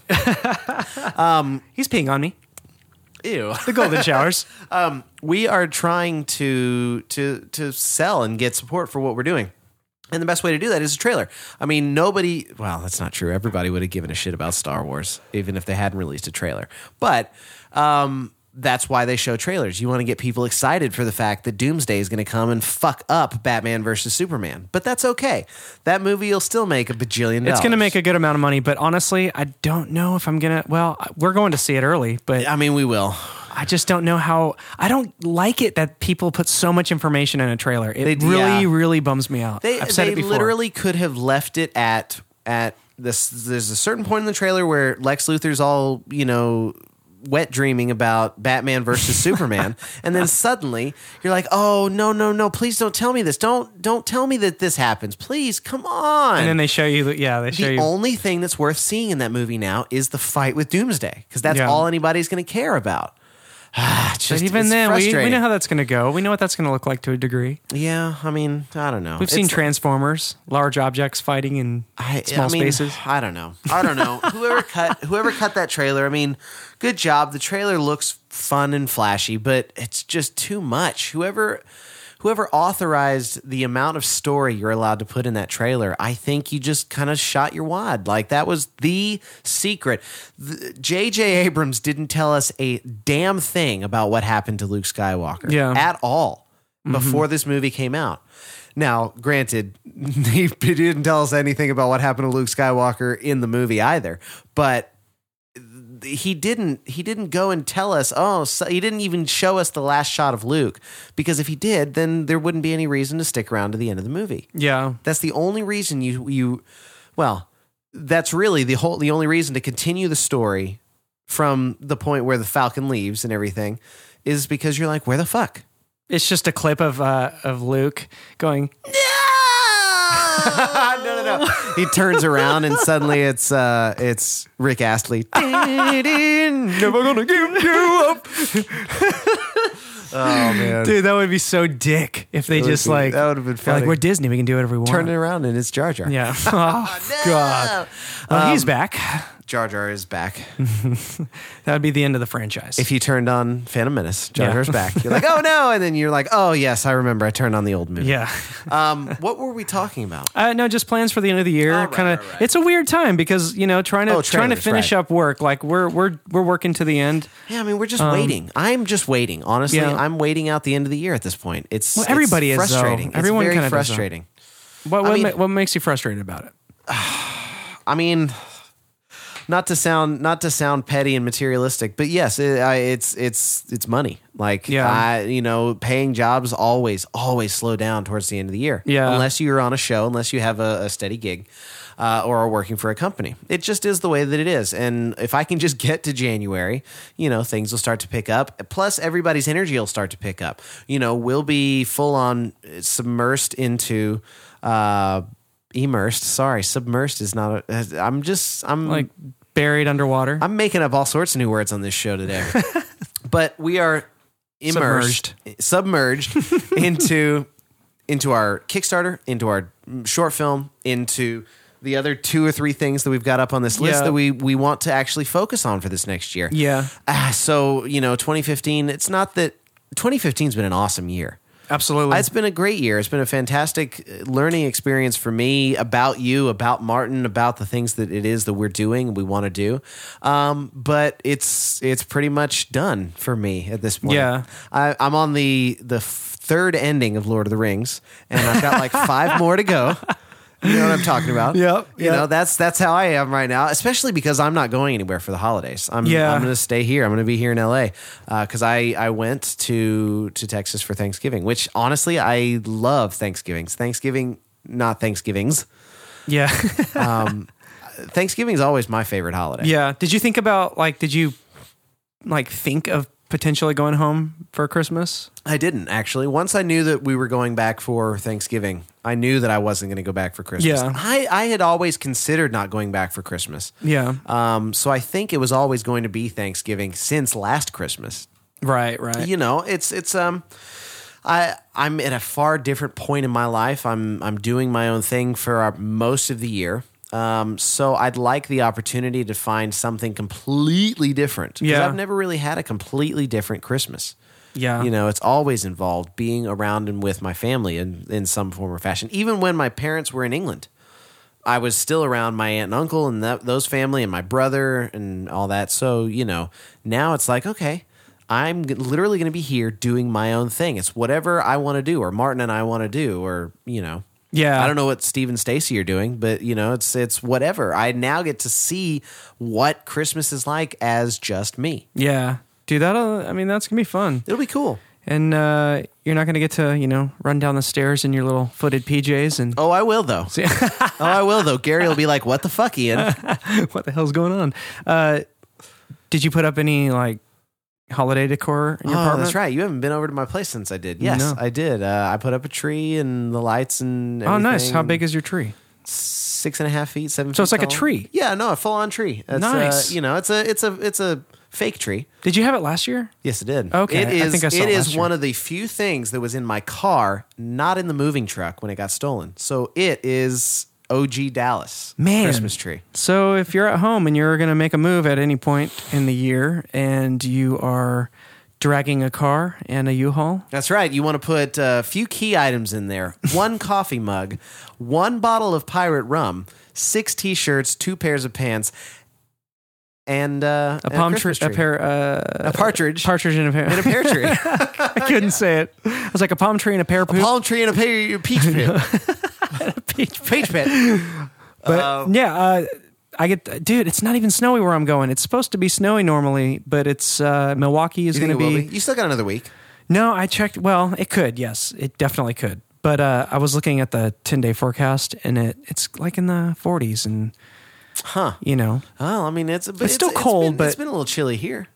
C: He's peeing on me.
B: Ew.
C: The golden showers.
B: we are trying to to to sell and get support for what we're doing. And the best way to do that is a trailer. I mean, nobody, well, that's not true. Everybody would have given a shit about Star Wars, even if they hadn't released a trailer. But um, that's why they show trailers. You want to get people excited for the fact that Doomsday is going to come and fuck up Batman versus Superman. But that's okay. That movie will still make a bajillion dollars.
C: It's going to make a good amount of money, but honestly, I don't know if I'm going to. Well, we're going to see it early, but
B: I mean, we will.
C: I just don't know how. I don't like it that people put so much information in a trailer. It really,
B: yeah.
C: really bums me out.
B: They,
C: I've said
B: they
C: it before.
B: literally could have left it at at this. There's a certain point in the trailer where Lex Luthor's all you know wet dreaming about Batman versus Superman, and then suddenly you're like, oh no no no! Please don't tell me this. Don't don't tell me that this happens. Please come on.
C: and then they show you. the- Yeah, they show
B: the
C: you.
B: only thing that's worth seeing in that movie now is the fight with Doomsday because that's
C: Yeah.
B: all anybody's going to care about. Ah, it's
C: but
B: just,
C: even
B: it's
C: then, we, we
B: frustrating.
C: know how that's going to go. We know what that's going to look like to a degree.
B: yeah, I mean, I don't know.
C: We've seen
B: It's-
C: Transformers, large objects fighting in small spaces.
B: I don't know. I don't know. whoever cut whoever cut that trailer. I mean, good job. The trailer looks fun and flashy, but it's just too much. Whoever whoever authorized the amount of story you're allowed to put in that trailer, I think you just kind of shot your wad. Like that was the secret. The- JJ Abrams didn't tell us a damn thing about what happened to Luke Skywalker
C: Yeah.
B: at all before this movie came out. Now, granted, he didn't tell us anything about what happened to Luke Skywalker in the movie either, but he didn't he didn't go and tell us oh so he didn't even show us the last shot of Luke because if he did then there wouldn't be any reason to stick around to the end of the movie.
C: Yeah.
B: That's the only reason you you well, that's really the whole the only reason to continue the story from the point where the Falcon leaves and everything is because you're like where the fuck?
C: It's just a clip of uh, of Luke going,
B: Ah, no, no, no. He turns around and suddenly it's uh it's Rick Astley. Never gonna give you up. oh man.
C: dude, that would be so dick if they
B: would
C: just
B: be-
C: like
B: that would have been
C: they're
B: funny.
C: Like we're Disney, we can do whatever we want.
B: Turn it around and it's Jar Jar.
C: Yeah. Oh, God. Well,
B: Um,
C: he's back.
B: Jar Jar is back.
C: That would be the end of the franchise.
B: If you turned on Phantom Menace, Jar
C: Yeah.
B: Jar's back. You're like, oh no, and then you're like, oh yes, I remember. I turned on the old movie.
C: yeah.
B: Um, what were we talking about?
C: Uh, no, just plans for the end of the year.
B: All right,
C: kind of.
B: all right.
C: It's a weird time because you know trying to
B: Oh,
C: trying to
B: trailers,
C: finish
B: right.
C: up work. Like we're we're we're working to the end.
B: Yeah, I mean, we're just waiting. I'm just waiting. Honestly,
C: Um, Yeah.
B: I'm waiting out the end of the year at this point. It's
C: Well, everybody
B: it's
C: is, though.
B: frustrating. It's
C: Everyone
B: very
C: kind of is, though.
B: frustrating.
C: What what,
B: mean-
C: ma- what makes you frustrated about it?
B: I mean, not to sound not to sound petty and materialistic, but yes, it, I, it's it's it's money. Like
C: Yeah.
B: I, you know, paying jobs always always slow down towards the end of the year.
C: Yeah.
B: unless you're on a show, unless you have a, a steady gig. Uh, or are working for a company. It just is the way that it is. And if I can just get to January, you know, things will start to pick up. Plus, everybody's energy will start to pick up. You know, we'll be full on uh, submersed into uh, immersed. Sorry, submersed is not. A, I'm just. I'm
C: Like buried underwater.
B: I'm making up all sorts of new words on this show today. but we are immersed, submerged, into into our Kickstarter, into our short film, into the other two or three things that we've got up on this list
C: Yeah.
B: that we we want to actually focus on for this next year.
C: Yeah.
B: Ah, so, you know, 2015, it's not that 2015's been an awesome year.
C: Absolutely.
B: It's been a great year. It's been a fantastic uh, learning experience for me about you, about Martin, about the things that it is that we're doing, we want to do. Um, but it's it's pretty much done for me at this point.
C: Yeah.
B: I, I'm on the the f- third ending of Lord of the Rings, and I've got like five more to go. You know what I'm talking about?
C: Yep,
B: You know
C: yep.
B: that's that's how I am right now, especially because I'm not going anywhere for the holidays. I'm
C: Yeah.
B: I'm going to stay here. I'm going to be here in LA because I I went to to Texas for Thanksgiving, which honestly I love Thanksgivings. Thanksgiving, not Thanksgivings. Um,
C: yeah.
B: Thanksgiving's always my favorite holiday.
C: yeah. Did you think about like? Did you like think of potentially going home for Christmas?
B: I didn't actually. Once I knew that we were going back for Thanksgiving, I knew that I wasn't going to go back for Christmas.
C: Yeah.
B: I I had always considered not going back for Christmas.
C: Yeah.
B: Um, so I think it was always going to be Thanksgiving since last Christmas.
C: Right. Right.
B: you know it's it's um i i'm at a far different point in my life i'm i'm doing my own thing for our, most of the year um so i'd like the opportunity to find something completely different 'Cause
C: Yeah.
B: i've never really had a completely different christmas
C: Yeah.
B: you know, it's always involved being around and with my family in, in some form or fashion. Even when my parents were in England, I was still around my aunt and uncle and that, those family and my brother and all that. So, you know, now it's like, okay, I'm g- literally going to be here doing my own thing. It's whatever I want to do or Martin and I want to do or, you know.
C: Yeah.
B: I don't know what Steve and Stacy are doing, but you know, it's it's whatever. I now get to see what Christmas is like as just me.
C: Yeah. do that. uh, I mean, that's gonna be fun.
B: It'll be cool.
C: And uh, you're not gonna get to you know run down the stairs in your little footed PJs and
B: Oh, I will though. oh, I will though. Gary will be like, "What the fuck, Ian?" Oh,
C: what the hell's going on? Uh, did you put up any like holiday decor in your
B: oh,
C: apartment?
B: that's right. You haven't been over to my place since I did. Yes,
C: No.
B: I did. Uh, I put up a tree and the lights and.
C: Oh, nice.
B: everything.
C: How big is your tree?
B: Six and a half feet, seven.
C: So it's
B: feet
C: like a
B: tall.
C: tree.
B: Yeah, no, a full on tree. It's, uh,
C: Nice.
B: you know, it's a it's a it's a fake tree.
C: Did you have it last year?
B: Yes, it did.
C: Okay,
B: it
C: I
B: is.
C: think I saw
B: it
C: it
B: is
C: last year.
B: one of the few things that was in my car, not in the moving truck when it got stolen. So it is OG Dallas
C: Man.
B: Christmas tree.
C: So if you're at home and you're going to make a move at any point in the year and you are dragging a car and a U-Haul,
B: That's right. You want to put a few key items in there: one coffee mug, one bottle of pirate rum, six T-shirts, two pairs of pants, and uh,
C: a palm tree,
B: Christmas
C: a pear, uh,
B: a partridge,
C: partridge in a pear.
B: and a pear tree,
C: I couldn't say it. I was like a palm tree and a pear poop.
B: palm tree, and a pear, peach pit,
C: peach
B: peach pit. Um,
C: But yeah, uh, I get, dude. It's not even snowy where I'm going. It's supposed to be snowy normally, but it's uh, Milwaukee is
B: You
C: going
B: think
C: to
B: it will
C: be.
B: be? You still got another week.
C: No, I checked. Well, it could. Yes, it definitely could. But uh, I was looking at the 10 day forecast and it, it's like in the 40s and,
B: Huh.
C: you know,
B: Oh, I mean, it's a, it's,
C: still
B: it's
C: cold,
B: been-
C: but-
B: it's been a little chilly here.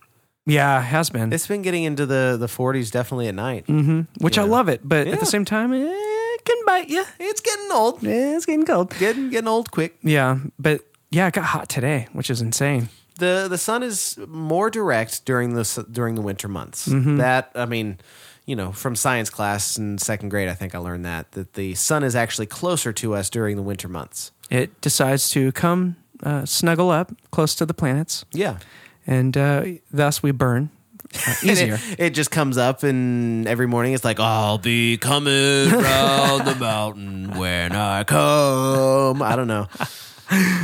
C: yeah, it has been,
B: It's been getting into the the 40s definitely at night.
C: Mm-hmm. which I love it. But at
B: Yeah.
C: the same time, eh, it can bite you.
B: It's getting old.
C: It's getting cold.
B: Getting getting old quick.
C: Yeah. But yeah, it got hot today, which is insane.
B: the the sun is more direct during the s- during the winter months.
C: Mm-hmm.
B: That I mean, you know, from science class in second grade, I think I learned that that the sun is actually closer to us during the winter months.
C: It decides to come uh, snuggle up close to the planets
B: Yeah,
C: and uh, thus we burn uh, easier.
B: it, it just comes up, and every morning it's like, "I'll be coming round the mountain when I come." I don't know.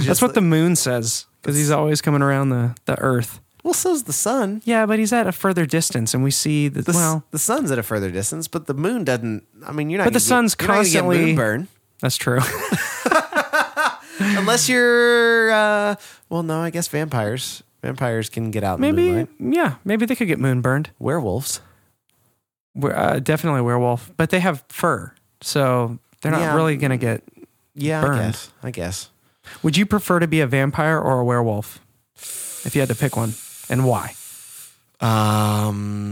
C: That's what the moon says because he's always coming around the, the earth.
B: Well, so's the sun.
C: Yeah, but he's at a further distance, and we see that.
B: The, s-
C: well,
B: the sun's at a further distance, but the moon doesn't. I mean, you're not.
C: But the
B: gonna
C: sun's
B: get, you're not gonna get
C: constantly-
B: moon burn.
C: that's true.
B: unless you're uh, well no i guess vampires vampires can get out in the
C: maybe,
B: moonlight.
C: yeah, maybe they could get moon burned.
B: werewolves
C: We're, uh, definitely werewolf, but they have fur, so they're not
B: Yeah.
C: really gonna get.
B: yeah
C: Burned.
B: i guess i guess
C: Would you prefer to be a vampire or a werewolf if you had to pick one, and why?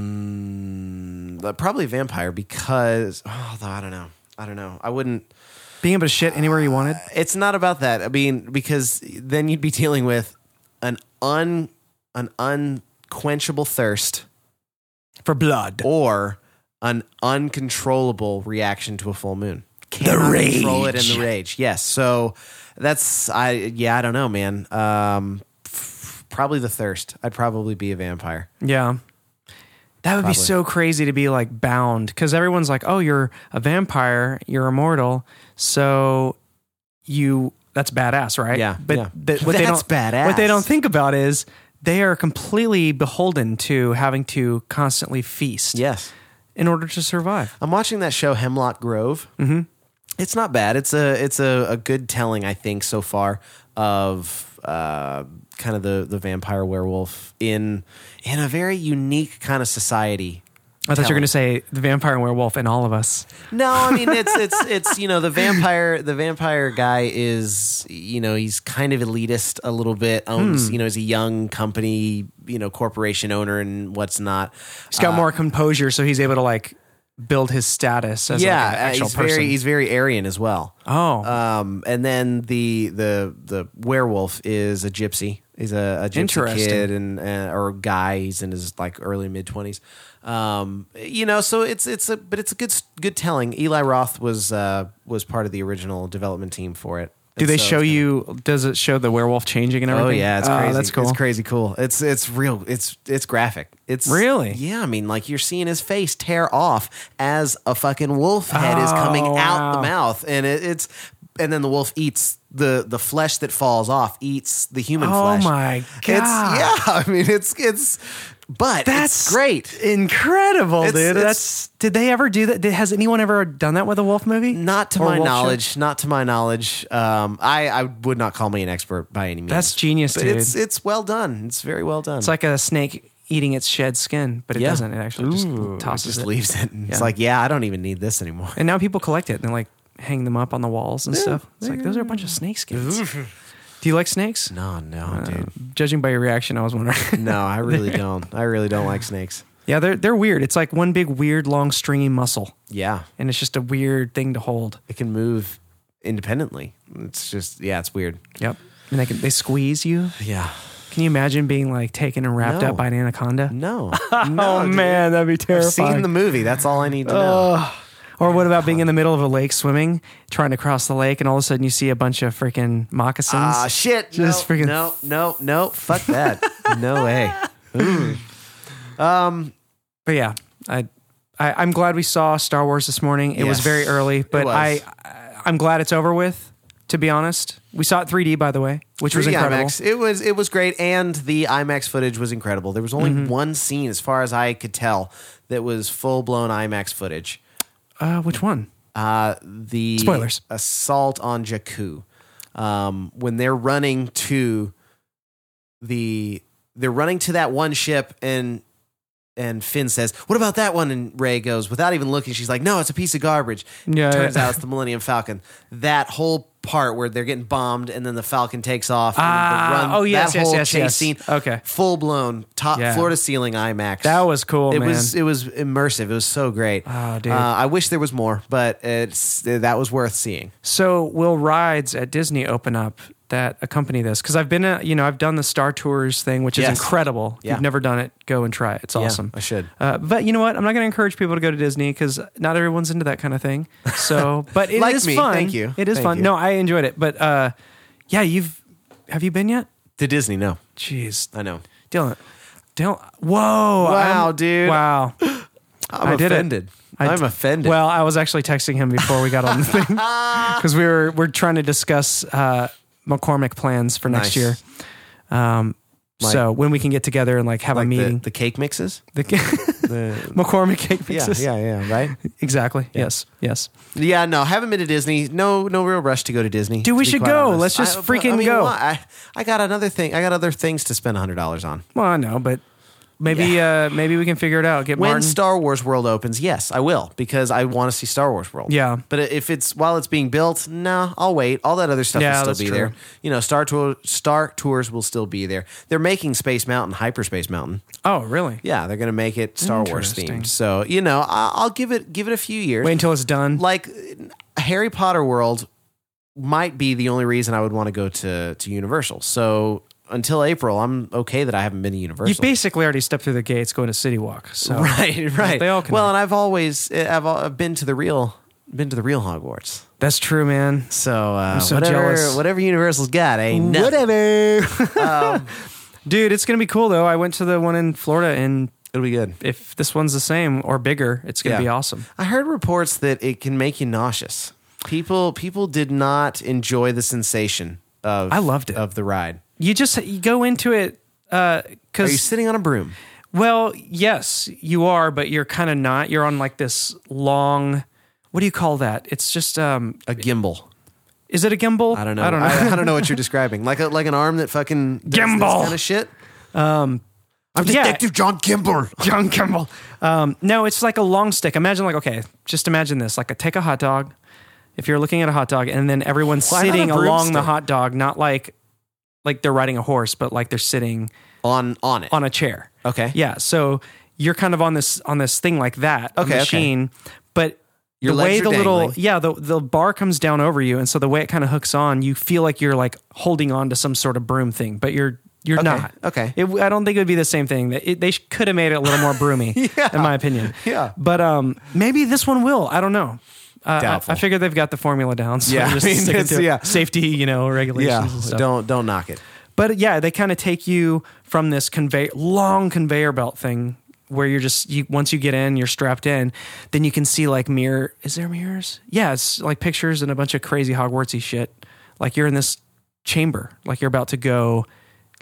B: um but probably vampire because oh i don't know i don't know i wouldn't
C: Being able to shit anywhere you wanted.
B: it's not about that i mean because then you'd be dealing with an un an unquenchable thirst
C: For blood.
B: or an uncontrollable reaction to a full moon. Cannot Control it in the rage. Yes. So that's I. Yeah, I don't know, man. Um, f- probably the thirst. I'd probably be a vampire.
C: Yeah. That would be so crazy to be like bound because everyone's like, oh, you're a vampire, you're immortal. So you, that's badass, right?
B: Yeah,
C: But
B: yeah.
C: th- what, they
B: That's
C: don't, what they
B: badass.
C: don't think about is they are completely beholden to having to constantly feast
B: Yes.
C: in order to survive.
B: I'm watching that show Hemlock Grove. Mm-hmm. It's not bad. It's a it's a, a good telling, I think, so far of uh, kind of the the vampire werewolf in in a very unique kind of society.
C: I thought you
B: Telling.
C: were going to say the vampire and werewolf in all of us.
B: No, I mean it's it's it's you know the vampire the vampire guy is you know he's kind of elitist a little bit
C: Hmm.
B: owns you know he's a young company you know corporation owner and what's not
C: He's
B: Uh,
C: got more composure, so he's able to like build his status as
B: yeah
C: like an
B: uh,
C: actual
B: he's
C: person.
B: very he's very Aryan as well
C: oh,
B: um and then the the the werewolf is a gypsy he's a, a gypsy
C: Interesting.
B: kid and uh, or guy he's in his like early mid twenties um you know so it's it's a but it's a good s- good telling Eli Roth was uh was part of the original development team for it
C: Do
B: And
C: they
B: so
C: show
B: it's
C: you? Does it show the werewolf changing and
B: kinda-
C: everything?
B: Oh yeah, it's
C: Oh,
B: crazy.
C: that's cool.
B: It's crazy cool. It's it's real. It's it's graphic. It's
C: Really?
B: yeah. I mean, like you're seeing his face tear off as a fucking wolf head is coming
C: Oh,
B: out the
C: wow.
B: mouth, and it, it's and then the wolf eats the the flesh that falls off, eats the human
C: Oh
B: flesh.
C: my
B: It's
C: God.
B: yeah. I mean, it's it's but that's
C: That's
B: great.
C: Incredible,
B: It's-
C: dude.
B: it's-
C: that's did they ever do that? Did, has anyone ever done that with a wolf movie?
B: Not to
C: Or
B: my
C: wolf show?
B: knowledge. Not to my knowledge. Um, I I would not call me an expert by any means.
C: That's genius,
B: But
C: dude.
B: it's
C: It's,
B: it's well done. It's very well done.
C: like a snake eating its shed skin, but it
B: Yeah.
C: doesn't. It actually
B: Ooh,
C: just tosses
B: just
C: it.
B: leaves it. And It's
C: Yeah.
B: like, yeah, I don't even need this anymore.
C: And now people collect it and they like hang them up on the walls and stuff. It's like those are a bunch of snake skins. Do you like snakes?
B: No, no,
C: Uh,
B: dude.
C: judging by your reaction, I was wondering.
B: No, I really don't. I really don't like snakes.
C: yeah, they're they're weird. It's like one big weird long stringy muscle,
B: Yeah,
C: and it's just a weird thing to hold.
B: it can move independently. It's just, yeah, it's weird.
C: Yep. And they can they squeeze you.
B: Yeah.
C: Can you imagine being like taken and wrapped
B: No. Mm.
C: up by an anaconda?
B: No.
C: oh
B: dude.
C: man, that'd be
B: I've
C: terrifying.
B: seen the movie. That's all I need to know.
C: Or what about being in the middle of a lake swimming, trying to cross the lake, and all of a sudden you see a bunch of freaking moccasins?
B: Ah, shit.
C: Just
B: no,
C: freaking-
B: No, no, no. Fuck that. no way.
C: but yeah, I, I I'm glad we saw Star Wars this morning. It was
B: Yes,
C: very early,
B: it
C: but
B: was.
C: I I- I'm glad it's over with. To be honest, we saw it 3D by the way, which was
B: 3D
C: incredible.
B: IMAX. It was it was great, and the IMAX footage was incredible. There was only
C: Mm-hmm.
B: one scene, as far as I could tell, that was full blown IMAX footage.
C: Uh, which one?
B: Uh, the
C: Spoilers.
B: assault on Jakku. Um, when they're running to the they're running to that one ship and and Finn says, "What about that one?" And Ray goes, without even looking, she's like, "No, it's a piece of garbage."
C: Yeah.
B: Turns out it's the Millennium Falcon. That whole part where they're getting bombed and then the Falcon takes off. and
C: Ah,
B: the
C: oh, yes,
B: that
C: yes,
B: whole
C: yes,
B: chase
C: yes.
B: scene.
C: Okay.
B: full blown top
C: Yeah.
B: floor to ceiling IMAX.
C: That was cool,
B: It
C: man.
B: was it was immersive. It was so great.
C: Ah, dude.
B: Uh, I wish there was more, but it's that was worth seeing.
C: So will rides at Disney open up that accompany this? Because I've been, uh, you know, I've done the Star Tours thing, which
B: Yes.
C: is incredible.
B: Yeah.
C: You've never done it? Go and try it. It's awesome.
B: I should.
C: Uh, but you know what? I'm not going to encourage people to go to Disney because not everyone's into that kind of thing. So, but it is
B: Like me.
C: fun.
B: Thank you.
C: It is
B: Thank
C: fun.
B: you.
C: No, I enjoyed it. But uh, yeah, you've have you been yet?
B: To Disney, no,
C: Jeez,
B: I know.
C: Dylan, Dylan. Whoa!
B: Wow, dude.
C: Wow,
B: I'm
C: I did it.
B: offended.
C: I-
B: I'm offended.
C: Well, I was actually texting him before we got on the thing because we were we're trying to discuss uh, McCormick plans for next
B: Nice.
C: year. Um,
B: Like-
C: so when we can get together and like have a
B: like the,
C: meeting.
B: the cake mixes.
C: The, McCormick cake
B: Yeah,
C: mixes.
B: yeah, yeah. Right.
C: Exactly. Yes. Yes.
B: Yeah, no, haven't been to Disney. No, no real rush to go to Disney.
C: Dude, we
B: to be
C: should
B: quite
C: go. Let's just
B: I-
C: freaking
B: I mean,
C: go.
B: why? I, I got another thing. I got other things to spend hundred dollars on.
C: Well, I know, but maybe uh, maybe we can figure it out. Get
B: When
C: Martin.
B: Star Wars World opens, yes, I will because I want to see Star Wars World.
C: Yeah.
B: but if it's while it's being built, no, I'll wait. All that other stuff
C: Yeah,
B: will
C: that's
B: still be
C: true.
B: there. You know, Star Tour, Star Tours will still be there. They're making Space Mountain Hyperspace Mountain.
C: oh, really?
B: Yeah, they're going to make it Star Wars
C: Interesting.
B: themed. So you know, I- I'll give it give it a few years.
C: Wait until it's done.
B: like Harry Potter World might be the only reason I would want to go to to Universal. So until April, I'm okay that I haven't been to
C: you
B: Universal.
C: basically already stepped through the gates going to City Walk. So
B: right, right.
C: Oh. They all connect.
B: well, and I've always I've, al- I've been to the real been to the real Hogwarts.
C: that's true, man.
B: So, uh,
C: so
B: whatever
C: jealous.
B: whatever Universal's got, ain't nothing.
C: Whatever. Dude, it's gonna be cool though. I went to the one in Florida, and
B: It'll be good.
C: if this one's the same or bigger, it's gonna
B: Yeah.
C: be awesome.
B: I heard reports that it can make you nauseous. People people did not enjoy the sensation of
C: I loved it.
B: of the ride.
C: You just you go into it
B: Are you
C: because
B: sitting on a broom?
C: well, yes, you are, but you're kind of not. You're on like this long. What do you call that? It's just um,
B: A gimbal.
C: is it a gimbal?
B: I don't know.
C: I don't know.
B: I, don't know what you're describing. Like a, like an arm that fucking does
C: Gimbal.
B: kind of shit. Um, I'm
C: yeah.
B: Detective John Gimbal.
C: John Kimball. Um, no, it's like a long stick. Imagine like okay, just imagine this. Like a, take a hot dog. If you're looking at a hot dog, and then everyone's
B: Why not
C: sitting
B: a
C: along the
B: broomstick?
C: hot dog, not like like they're riding a horse, but like they're sitting
B: On on it.
C: on a chair.
B: Okay.
C: Yeah. So you're kind of on this on this thing like that. a
B: Okay, okay.
C: Machine, but.
B: Your
C: the way
B: legs are
C: the little
B: dangling.
C: yeah the the bar comes down over you and so the way it kind of hooks on you feel like you're like holding on to some sort of broom thing but you're you're not
B: okay.
C: it, I don't think it would be the same thing. It, they sh- could have made it a little more broomy, in my opinion.
B: Yeah.
C: But um, maybe this one will. I don't know. Uh, I,
B: Doubtful.
C: I figure they've got the formula down. So
B: Yeah,
C: yeah. Just
B: I mean,
C: stick it
B: it's-
C: to
B: yeah.
C: Safety, you know, regulations
B: Yeah.
C: and stuff.
B: Don't don't knock it.
C: But yeah, they kind of take you from this convey long conveyor belt thing where you're just you once you get in, you're strapped in, then you can see like mirror is there mirrors? Yeah, it's like pictures and a bunch of crazy Hogwartsy shit. Like you're in this chamber, like you're about to go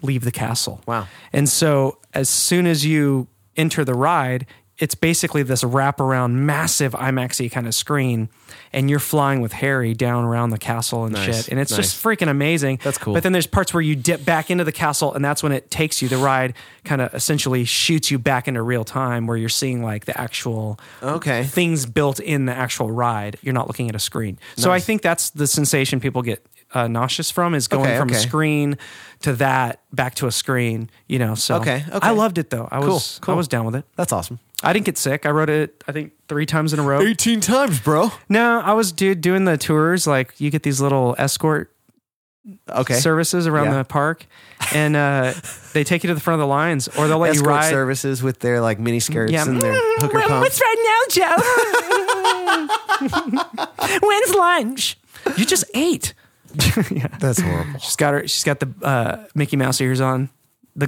C: leave the castle.
B: Wow.
C: And so as soon as you enter the ride, it's basically this wraparound massive IMAXy kind of screen, and you're flying with Harry down around the castle and
B: Nice,
C: shit, and it's
B: nice.
C: just freaking amazing.
B: That's cool.
C: But then there's parts where you dip back into the castle, and that's when it takes you. The ride kind of essentially shoots you back into real time, where you're seeing like the actual
B: Okay.
C: things built in the actual ride. You're not looking at a screen. So I think that's the sensation people get uh, nauseous from is going
B: Okay,
C: from
B: okay.
C: a screen to that back to a screen. You know, so
B: Okay, okay.
C: I loved it though. I was
B: Cool, cool.
C: I was down with it.
B: That's awesome.
C: I didn't get sick. I rode it I think three times in a row.
B: 18 Oh. times, bro.
C: No, I was dude doing the tours. Like you get these little escort
B: Okay.
C: services around
B: Yeah.
C: the park, and uh, they take you to the front of the lines, or they'll let
B: Escort
C: you ride.
B: services with their like mini skirts
C: Yeah.
B: and their hooker pumps.
C: right now, Joe? When's lunch? You just ate.
B: That's horrible.
C: She's got her. She's got the uh, Mickey Mouse ears on, the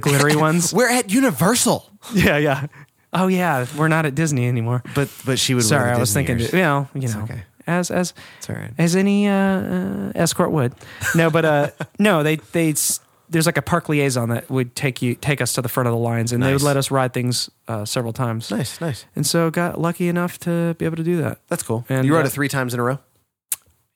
C: glittery ones.
B: We're at Universal.
C: yeah, yeah. Oh yeah, we're not at Disney anymore.
B: But but she would. wear
C: Sorry,
B: the
C: I was
B: Disney
C: thinking.
B: ears.
C: You know, you know,
B: okay.
C: as as
B: It's all right.
C: as any uh, uh, escort would. No, but uh, no, they they s- there's like a park liaison that would take you take us to the front of the lines, and they would
B: Nice.
C: let us ride things uh, several times.
B: Nice, nice.
C: And so got lucky enough to be able to do that.
B: That's cool.
C: And,
B: you rode
C: uh,
B: it three times in a row.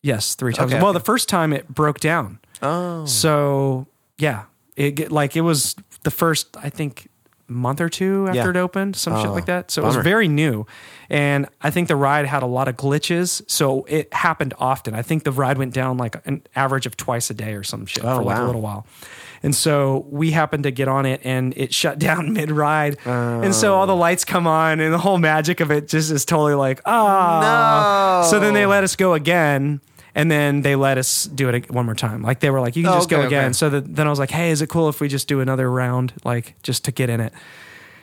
C: Yes, three times.
B: Okay,
C: well,
B: okay.
C: the first time it broke down.
B: Oh,
C: So yeah, it get- like it was the first I think month or two after
B: Yeah.
C: it opened, some shit
B: Oh,
C: like that. So it
B: bummer.
C: was very new, and I think the ride had a lot of glitches. So it happened often. I think the ride went down like an average of twice a day or some shit
B: Oh,
C: for like
B: wow.
C: a little while. And so we happened to get on it, and it shut down mid ride, and so all the
B: Oh.
C: lights come on, and the whole magic of it just is totally like, oh
B: No.
C: So then they let us go again. And then they let us do it one more time. Like they were like, you can
B: Oh,
C: just
B: okay,
C: go again.
B: okay.
C: So that, then I was like, hey, is it cool if we just do another round, like just to get in it?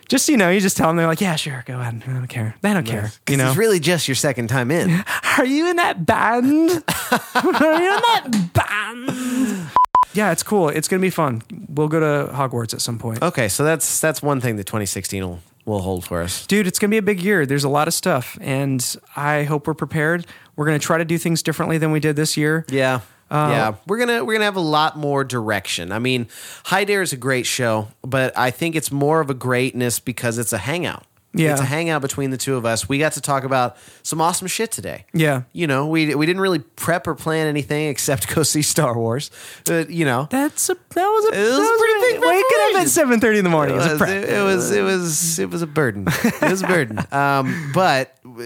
C: Just you know, you just tell them they're like, yeah, sure, go ahead. I don't care. They don't care. You know,
B: it's really just your second time in.
C: are you in that band? are you in that band? Yeah, it's cool. It's gonna be fun. We'll go to Hogwarts at some point,
B: okay, so that's that's one thing that 2016 will will hold for us.
C: dude. It's gonna be a big year. There's a lot of stuff, and I hope we're prepared. We're gonna try to do things differently than we did this year.
B: Yeah. yeah, Uh, we're gonna we're gonna have a lot more direction. I mean, High Dare is a great show, but I think it's more of a greatness because it's a hangout.
C: Yeah.
B: it's a hangout between the two of us. We got to talk about some awesome shit today.
C: Yeah.
B: you know, we we didn't really prep or plan anything except go see Star Wars. But, you know,
C: That's a that was a, that
B: was a
C: was
B: pretty
C: really-
B: big
C: waking up
B: preparation.
C: at seven thirty in the morning. It Uh, was a prep.
B: it was it was it was a burden. It was a burden. Um, but uh,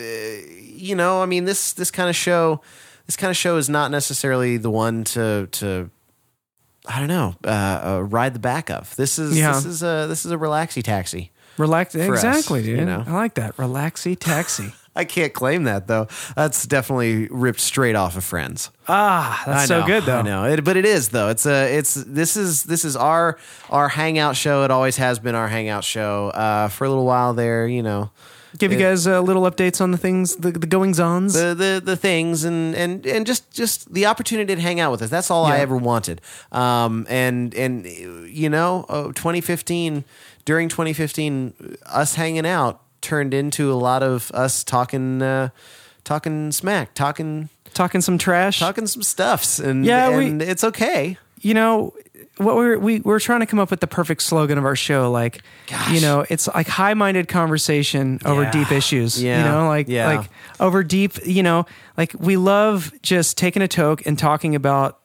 B: you know, I mean this this kind of show, this kind of show is not necessarily the one to to I don't know uh, uh, ride the back of. This is
C: Yeah.
B: this is a this is a relaxy taxi.
C: Relax.
B: us,
C: Exactly,
B: you
C: dude.
B: know.
C: I like that. Relaxy taxi.
B: I can't claim that though. That's definitely ripped straight off of Friends.
C: ah,
B: I
C: that's so
B: know,
C: good though.
B: I know, it, but it is though. It's a it's this is this is our our hangout show. It always has been our hangout show uh, for a little while there. You know,
C: Give you guys uh, little updates on the things, the, the goings ons.
B: the the the things and and and just just the opportunity to hang out with us. That's all I
C: Yeah.
B: ever wanted. Um, and and you know, uh, 2015 during 2015, us hanging out turned into a lot of us talking uh, talking smack, talking
C: talking some trash.
B: talking some stuffs, and
C: Yeah, we-
B: and it's okay.
C: you know what we're we, we're trying to come up with the perfect slogan of our show like you know it's like high-minded conversation over
B: Yeah.
C: deep issues you
B: Yeah.
C: know like
B: Yeah.
C: like over deep you know like we love just taking a toke and talking about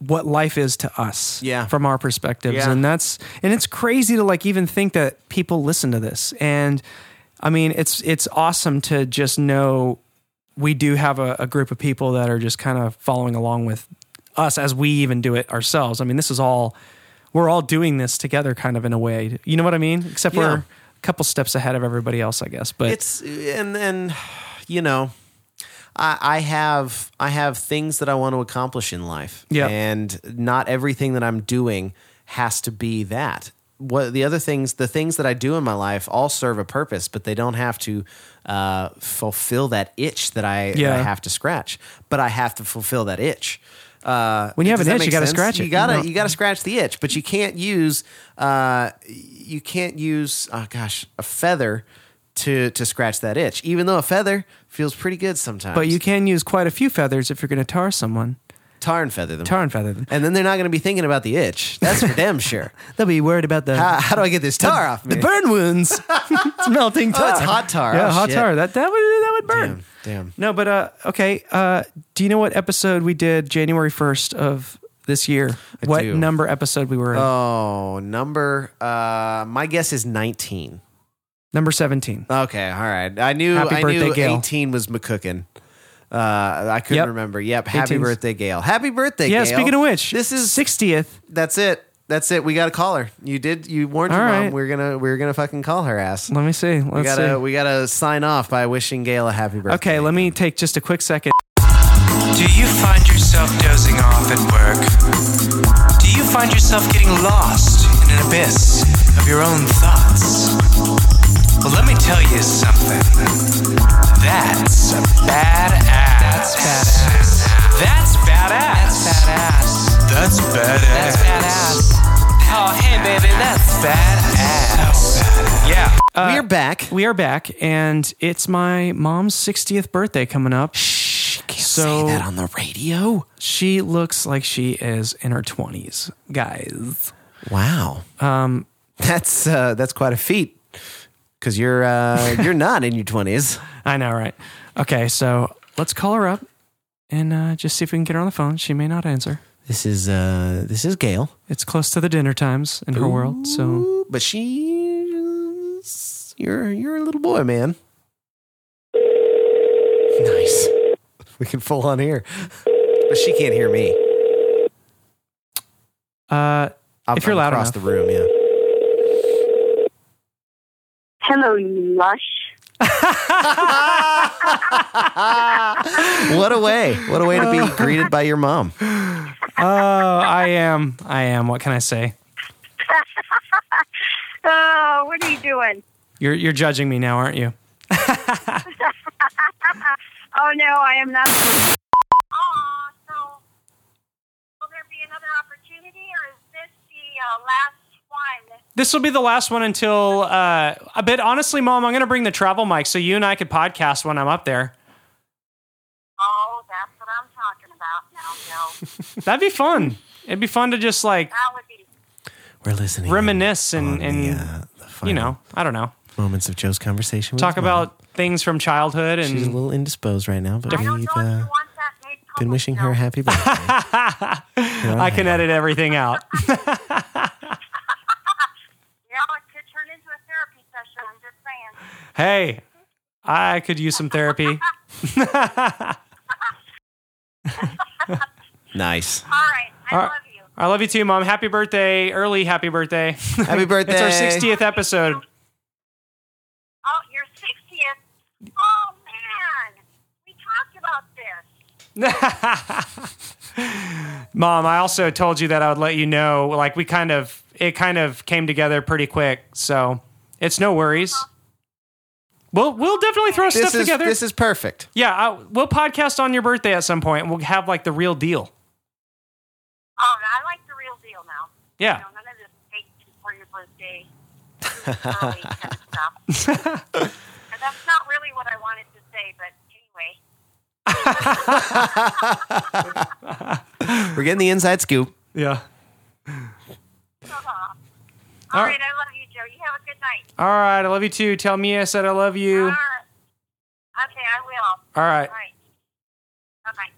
C: what life is to us
B: Yeah.
C: from our perspectives
B: Yeah.
C: and that's and it's crazy to like even think that people listen to this and i mean it's it's awesome to just know we do have a, a group of people that are just kind of following along with us as we even do it ourselves. I mean, this is all we're all doing this together, kind of in a way. You know what I mean? Except
B: Yeah.
C: we're a couple steps ahead of everybody else, I guess. But
B: it's and and you know I, I have I have things that I want to accomplish in life.
C: Yeah.
B: And not everything that I'm doing has to be that. What the other things, the things that I do in my life all serve a purpose, but they don't have to uh, fulfill that itch that I, that I
C: Yeah.
B: have to scratch. But I have to fulfill that itch. Uh,
C: When you have
B: does
C: an
B: that
C: itch, you
B: make
C: gotta
B: sense?
C: scratch it,
B: You gotta
C: you know?
B: you gotta scratch the itch, but you can't use uh, you can't use oh gosh a feather to to scratch that itch. Even though a feather feels pretty good sometimes,
C: but you can use quite a few feathers if you're going to tar someone.
B: tar and feather them.
C: Tar and feather them.
B: and then they're not going to be thinking about the itch. That's for damn sure.
C: They'll be worried about the
B: How, how do I get this tar off me?
C: the burn wounds. it's melting tar.
B: Oh, it's hot tar.
C: Yeah,
B: Oh,
C: hot
B: shit.
C: tar. That that would that would burn.
B: Damn, damn.
C: No, but uh, okay. Uh, do you know what episode we did January first of this year? what
B: do.
C: number episode we were in?
B: Oh, number. Uh, my guess is nineteen.
C: number seventeen.
B: Okay, all right. I knew.
C: Happy
B: I
C: birthday,
B: knew
C: Gail.
B: eighteen was McCookin. Uh, I couldn't
C: Yep.
B: remember. Yep. Happy
C: 18's.
B: birthday, Gail. Happy birthday,
C: Yeah.
B: Gail.
C: Speaking of which,
B: this is
C: sixtieth.
B: that's it. That's it. We got to call her. You did. You warned
C: All
B: your mom.
C: right.
B: We're gonna. We're gonna fucking call her ass.
C: Let me see. Let's
B: We gotta.
C: see.
B: We gotta sign off by wishing Gail a happy birthday.
C: Okay, let me take just a quick second.
D: Do you find yourself dozing off at work? Do you find yourself getting lost in an abyss of your own thoughts? Well, let me tell you something. That's a badass. That's badass. That's badass. That's badass. That's badass. That's badass. Oh, hey, baby, that's badass. Yeah.
B: We're back.
C: We are back, and it's my mom's 60th birthday coming up.
B: Shh, can't
C: So-
B: say that on the radio.
C: She looks like she is in her 20s, guys.
B: Wow. Um, that's uh, that's quite a feat. Because you're uh, you're not in your twenties.
C: I know, right? Okay, so let's call her up and uh, just see if we can get her on the phone. She may not answer.
B: This is uh, this is Gail,
C: It's close to the dinner times in her world, so
B: Ooh, but she's you're you're a little boy, man. Nice. We can full on hear, but she can't hear me.
C: uh,
B: I'm,
C: If you're
B: I'm
C: loud
B: across the
C: enough.
B: room, yeah.
E: Hello, lush.
B: What a way! What a way to be greeted by your mom.
C: oh, I am, I am. What can I say?
E: Oh, what are you doing?
C: You're you're judging me now, aren't you?
E: Oh no, I am not. Aw, so will there be another opportunity, or is this the uh, last one?
C: This will be the last one until uh, a bit. Honestly, mom, I'm going to bring the travel mic so you and I could podcast when I'm up there.
E: Oh, that's what I'm talking about. No, no,
C: That'd be fun. It'd be fun to just like
E: that would be.
B: We're listening.
C: reminisce
B: on
C: and,
B: the,
C: and
B: uh, the
C: you
B: final
C: know, I don't know,
B: moments of Joe's conversation. with
C: talk
B: his mom.
C: about things from childhood
B: She's a
C: and
B: little indisposed right now, but
E: I don't know
B: we've
E: if
B: uh,
E: you want that made public.
B: been wishing her a
E: though.
B: happy birthday.
C: I can edit everything out.
E: Yeah, it could turn into a therapy session. I'm just saying.
C: hey, I could use some therapy.
B: nice.
E: All right, I
C: All right.
E: love you.
C: I love you too, mom. Happy birthday, early happy birthday.
B: Happy birthday.
C: it's our 60th episode.
E: Oh, your 60th. Oh man, we talked about this.
C: Mom, I also told you that I would let you know. Like we kind of, it kind of came together pretty quick, so it's no worries. We'll we'll definitely throw
B: This
C: stuff
B: is
C: together.
B: this is perfect.
C: yeah, I, we'll podcast on your birthday at some point, and we'll have like the real deal.
E: Oh, I like the real deal now.
C: Yeah,
E: No, none of this fake for your birthday. early kind of stuff. And that's not really what I wanted to say, but anyway.
B: We're getting the inside scoop.
C: yeah.
E: Uh-huh. All
C: right.
E: right, I love you, Joe. You have a good night.
C: All right, I love you too. Tell me I said I love you.
E: All right. Okay, I will.
C: All right,
E: All right.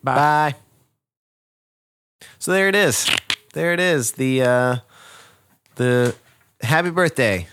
E: Bye-bye.
C: Bye.
B: Bye. So there it is. There it is. The uh, the happy birthday.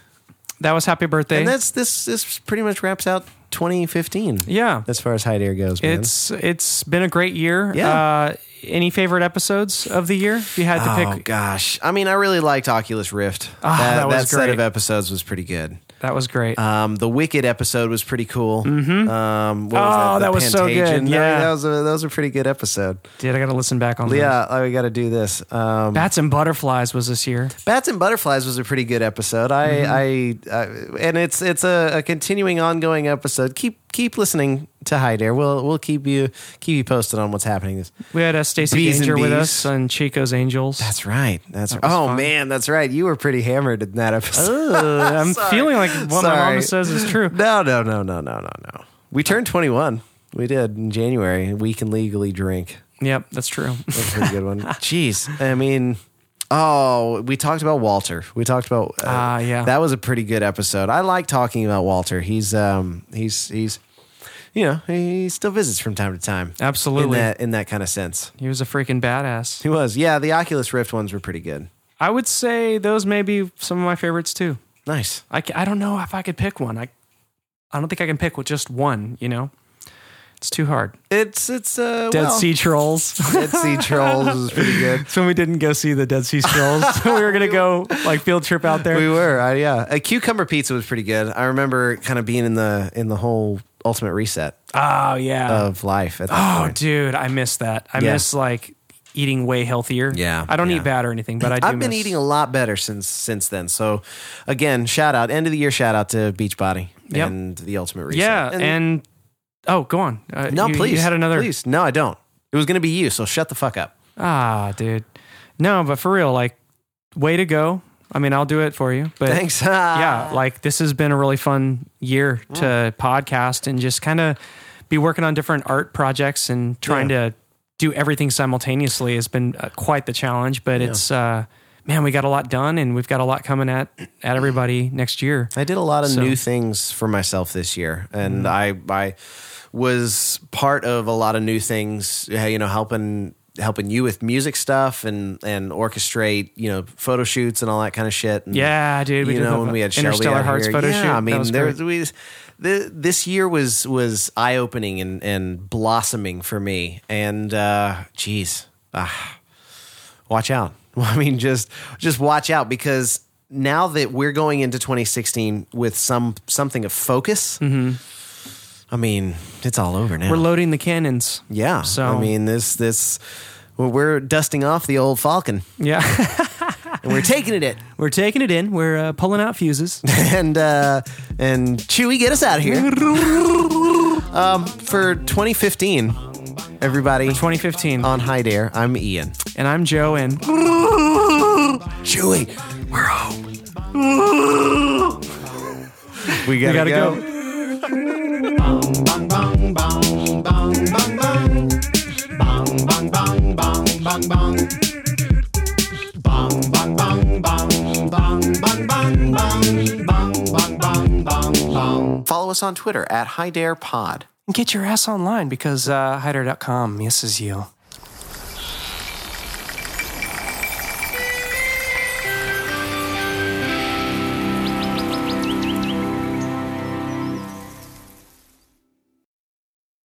C: that was happy birthday.
B: And that's this this pretty much wraps out 2015.
C: yeah,
B: As far as hide air goes, man.
C: it's it's been a great year.
B: Yeah.
C: Uh, any favorite episodes of the year? If you had to
B: Oh
C: pick,
B: gosh! I mean, I really liked Oculus Rift.
C: Ah,
B: that,
C: that was
B: that set
C: great.
B: of episodes was pretty good.
C: that was great.
B: Um, the Wicked episode was pretty cool. Mm-hmm. Um, what was
C: Oh,
B: The
C: that was so good.
B: Pantagion? That-
C: Yeah. Mm-hmm.
B: that was a, that was a pretty good episode.
C: Dude, I got to listen back on. those.
B: Yeah, I we got to do this. Um,
C: Bats and Butterflies was this year.
B: Bats and Butterflies was a pretty good episode. I,
C: Mm-hmm.
B: I, I and it's it's a, a continuing, ongoing episode. Keep keep listening to High Dare. We'll we'll keep you keep you posted on what's happening.
C: We had uh, Stacy
B: Bees and
C: Danger with
B: Bees.
C: us on Chico's Angels.
B: That's right. That's oh man, that's right. You were pretty hammered in that episode.
C: Ugh, I'm feeling like what my
B: Sorry.
C: mama says is true.
B: No, no, no, no, no, no, no. We turned 21. We did in January. We can legally drink.
C: Yep, that's true.
B: That's a pretty good one. Jeez. I mean, oh, we talked about Walter. We talked about uh,
C: Ah, yeah.
B: That was a pretty good episode. I like talking about Walter. He's um he's he's you know, he still visits from time to time.
C: Absolutely.
B: In that in that kind of sense.
C: He was a freaking badass.
B: He was. Yeah, the Oculus Rift ones were pretty good.
C: I would say those may be some of my favorites too.
B: Nice.
C: I, ca- I don't know if I could pick one. I I don't think I can pick with just one. You know, it's too hard.
B: It's it's uh
C: Dead
B: well,
C: Sea Trolls.
B: Dead Sea Trolls was pretty good.
C: That's when we didn't go see the Dead Sea Trolls. we were gonna go like field trip out there.
B: We were, I, yeah. A cucumber pizza was pretty good. I remember kind of being in the in the whole ultimate reset
C: oh yeah.
B: of life. At that
C: oh
B: point.
C: dude, I miss that. I
B: Yeah.
C: miss like eating way healthier.
B: Yeah,
C: I don't
B: yeah.
C: eat bad or anything, but I do.
B: I've been
C: miss-
B: eating a lot better since since then. So, again, shout out end of the year shout out to Beachbody
C: Yep.
B: and the Ultimate Reset.
C: Yeah, and, oh, go on. Uh,
B: no,
C: you-
B: please,
C: You had another.
B: Please, no, I don't. It was going to be you, so shut the fuck up.
C: Ah, dude. No, but for real, like, way to go. I mean, I'll do it for you. But
B: Thanks.
C: yeah, like this has been a really fun year to podcast and just kind of be working on different art projects and trying to do everything simultaneously has been uh, quite the challenge. But it's uh, man, we got a lot done and we've got a lot coming at at everybody next year.
B: I did a lot of
C: So- Mm-hmm.
B: new things for myself this year, and I I was part of a lot of new things. eh, You know, helping helping you with music stuff and and orchestrate you know photo shoots and all that kind of shit. And,
C: Yeah, dude. We
B: you
C: did
B: know
C: the
B: when we had Shelby
C: Interstellar
B: out
C: Hearts
B: here.
C: photo
B: yeah,
C: shoot.
B: I
C: That
B: mean,
C: was
B: there
C: great.
B: we. The, this year was was eye opening and, and blossoming for me. And uh, geez, ah, watch out. I mean, just just watch out because now that we're going into 2016 with some something of focus, I mean, it's all over now.
C: we're loading the cannons.
B: yeah,
C: So-
B: I mean, this this well, we're dusting off the old Falcon
C: Yeah.
B: and we're taking it it
C: We're taking it in. We're uh, pulling out fuses.
B: and uh, and Chewy, get us out of here. um, for 2015, everybody
C: 2015.
B: on High Dare. I'm Ian.
C: and I'm Joe, and
B: Chewy, we're home. we gotta,
C: gotta
B: go.
C: go.
B: Follow us on Twitter at High Dare Pod.
C: get your ass online because uh, hider.com misses you.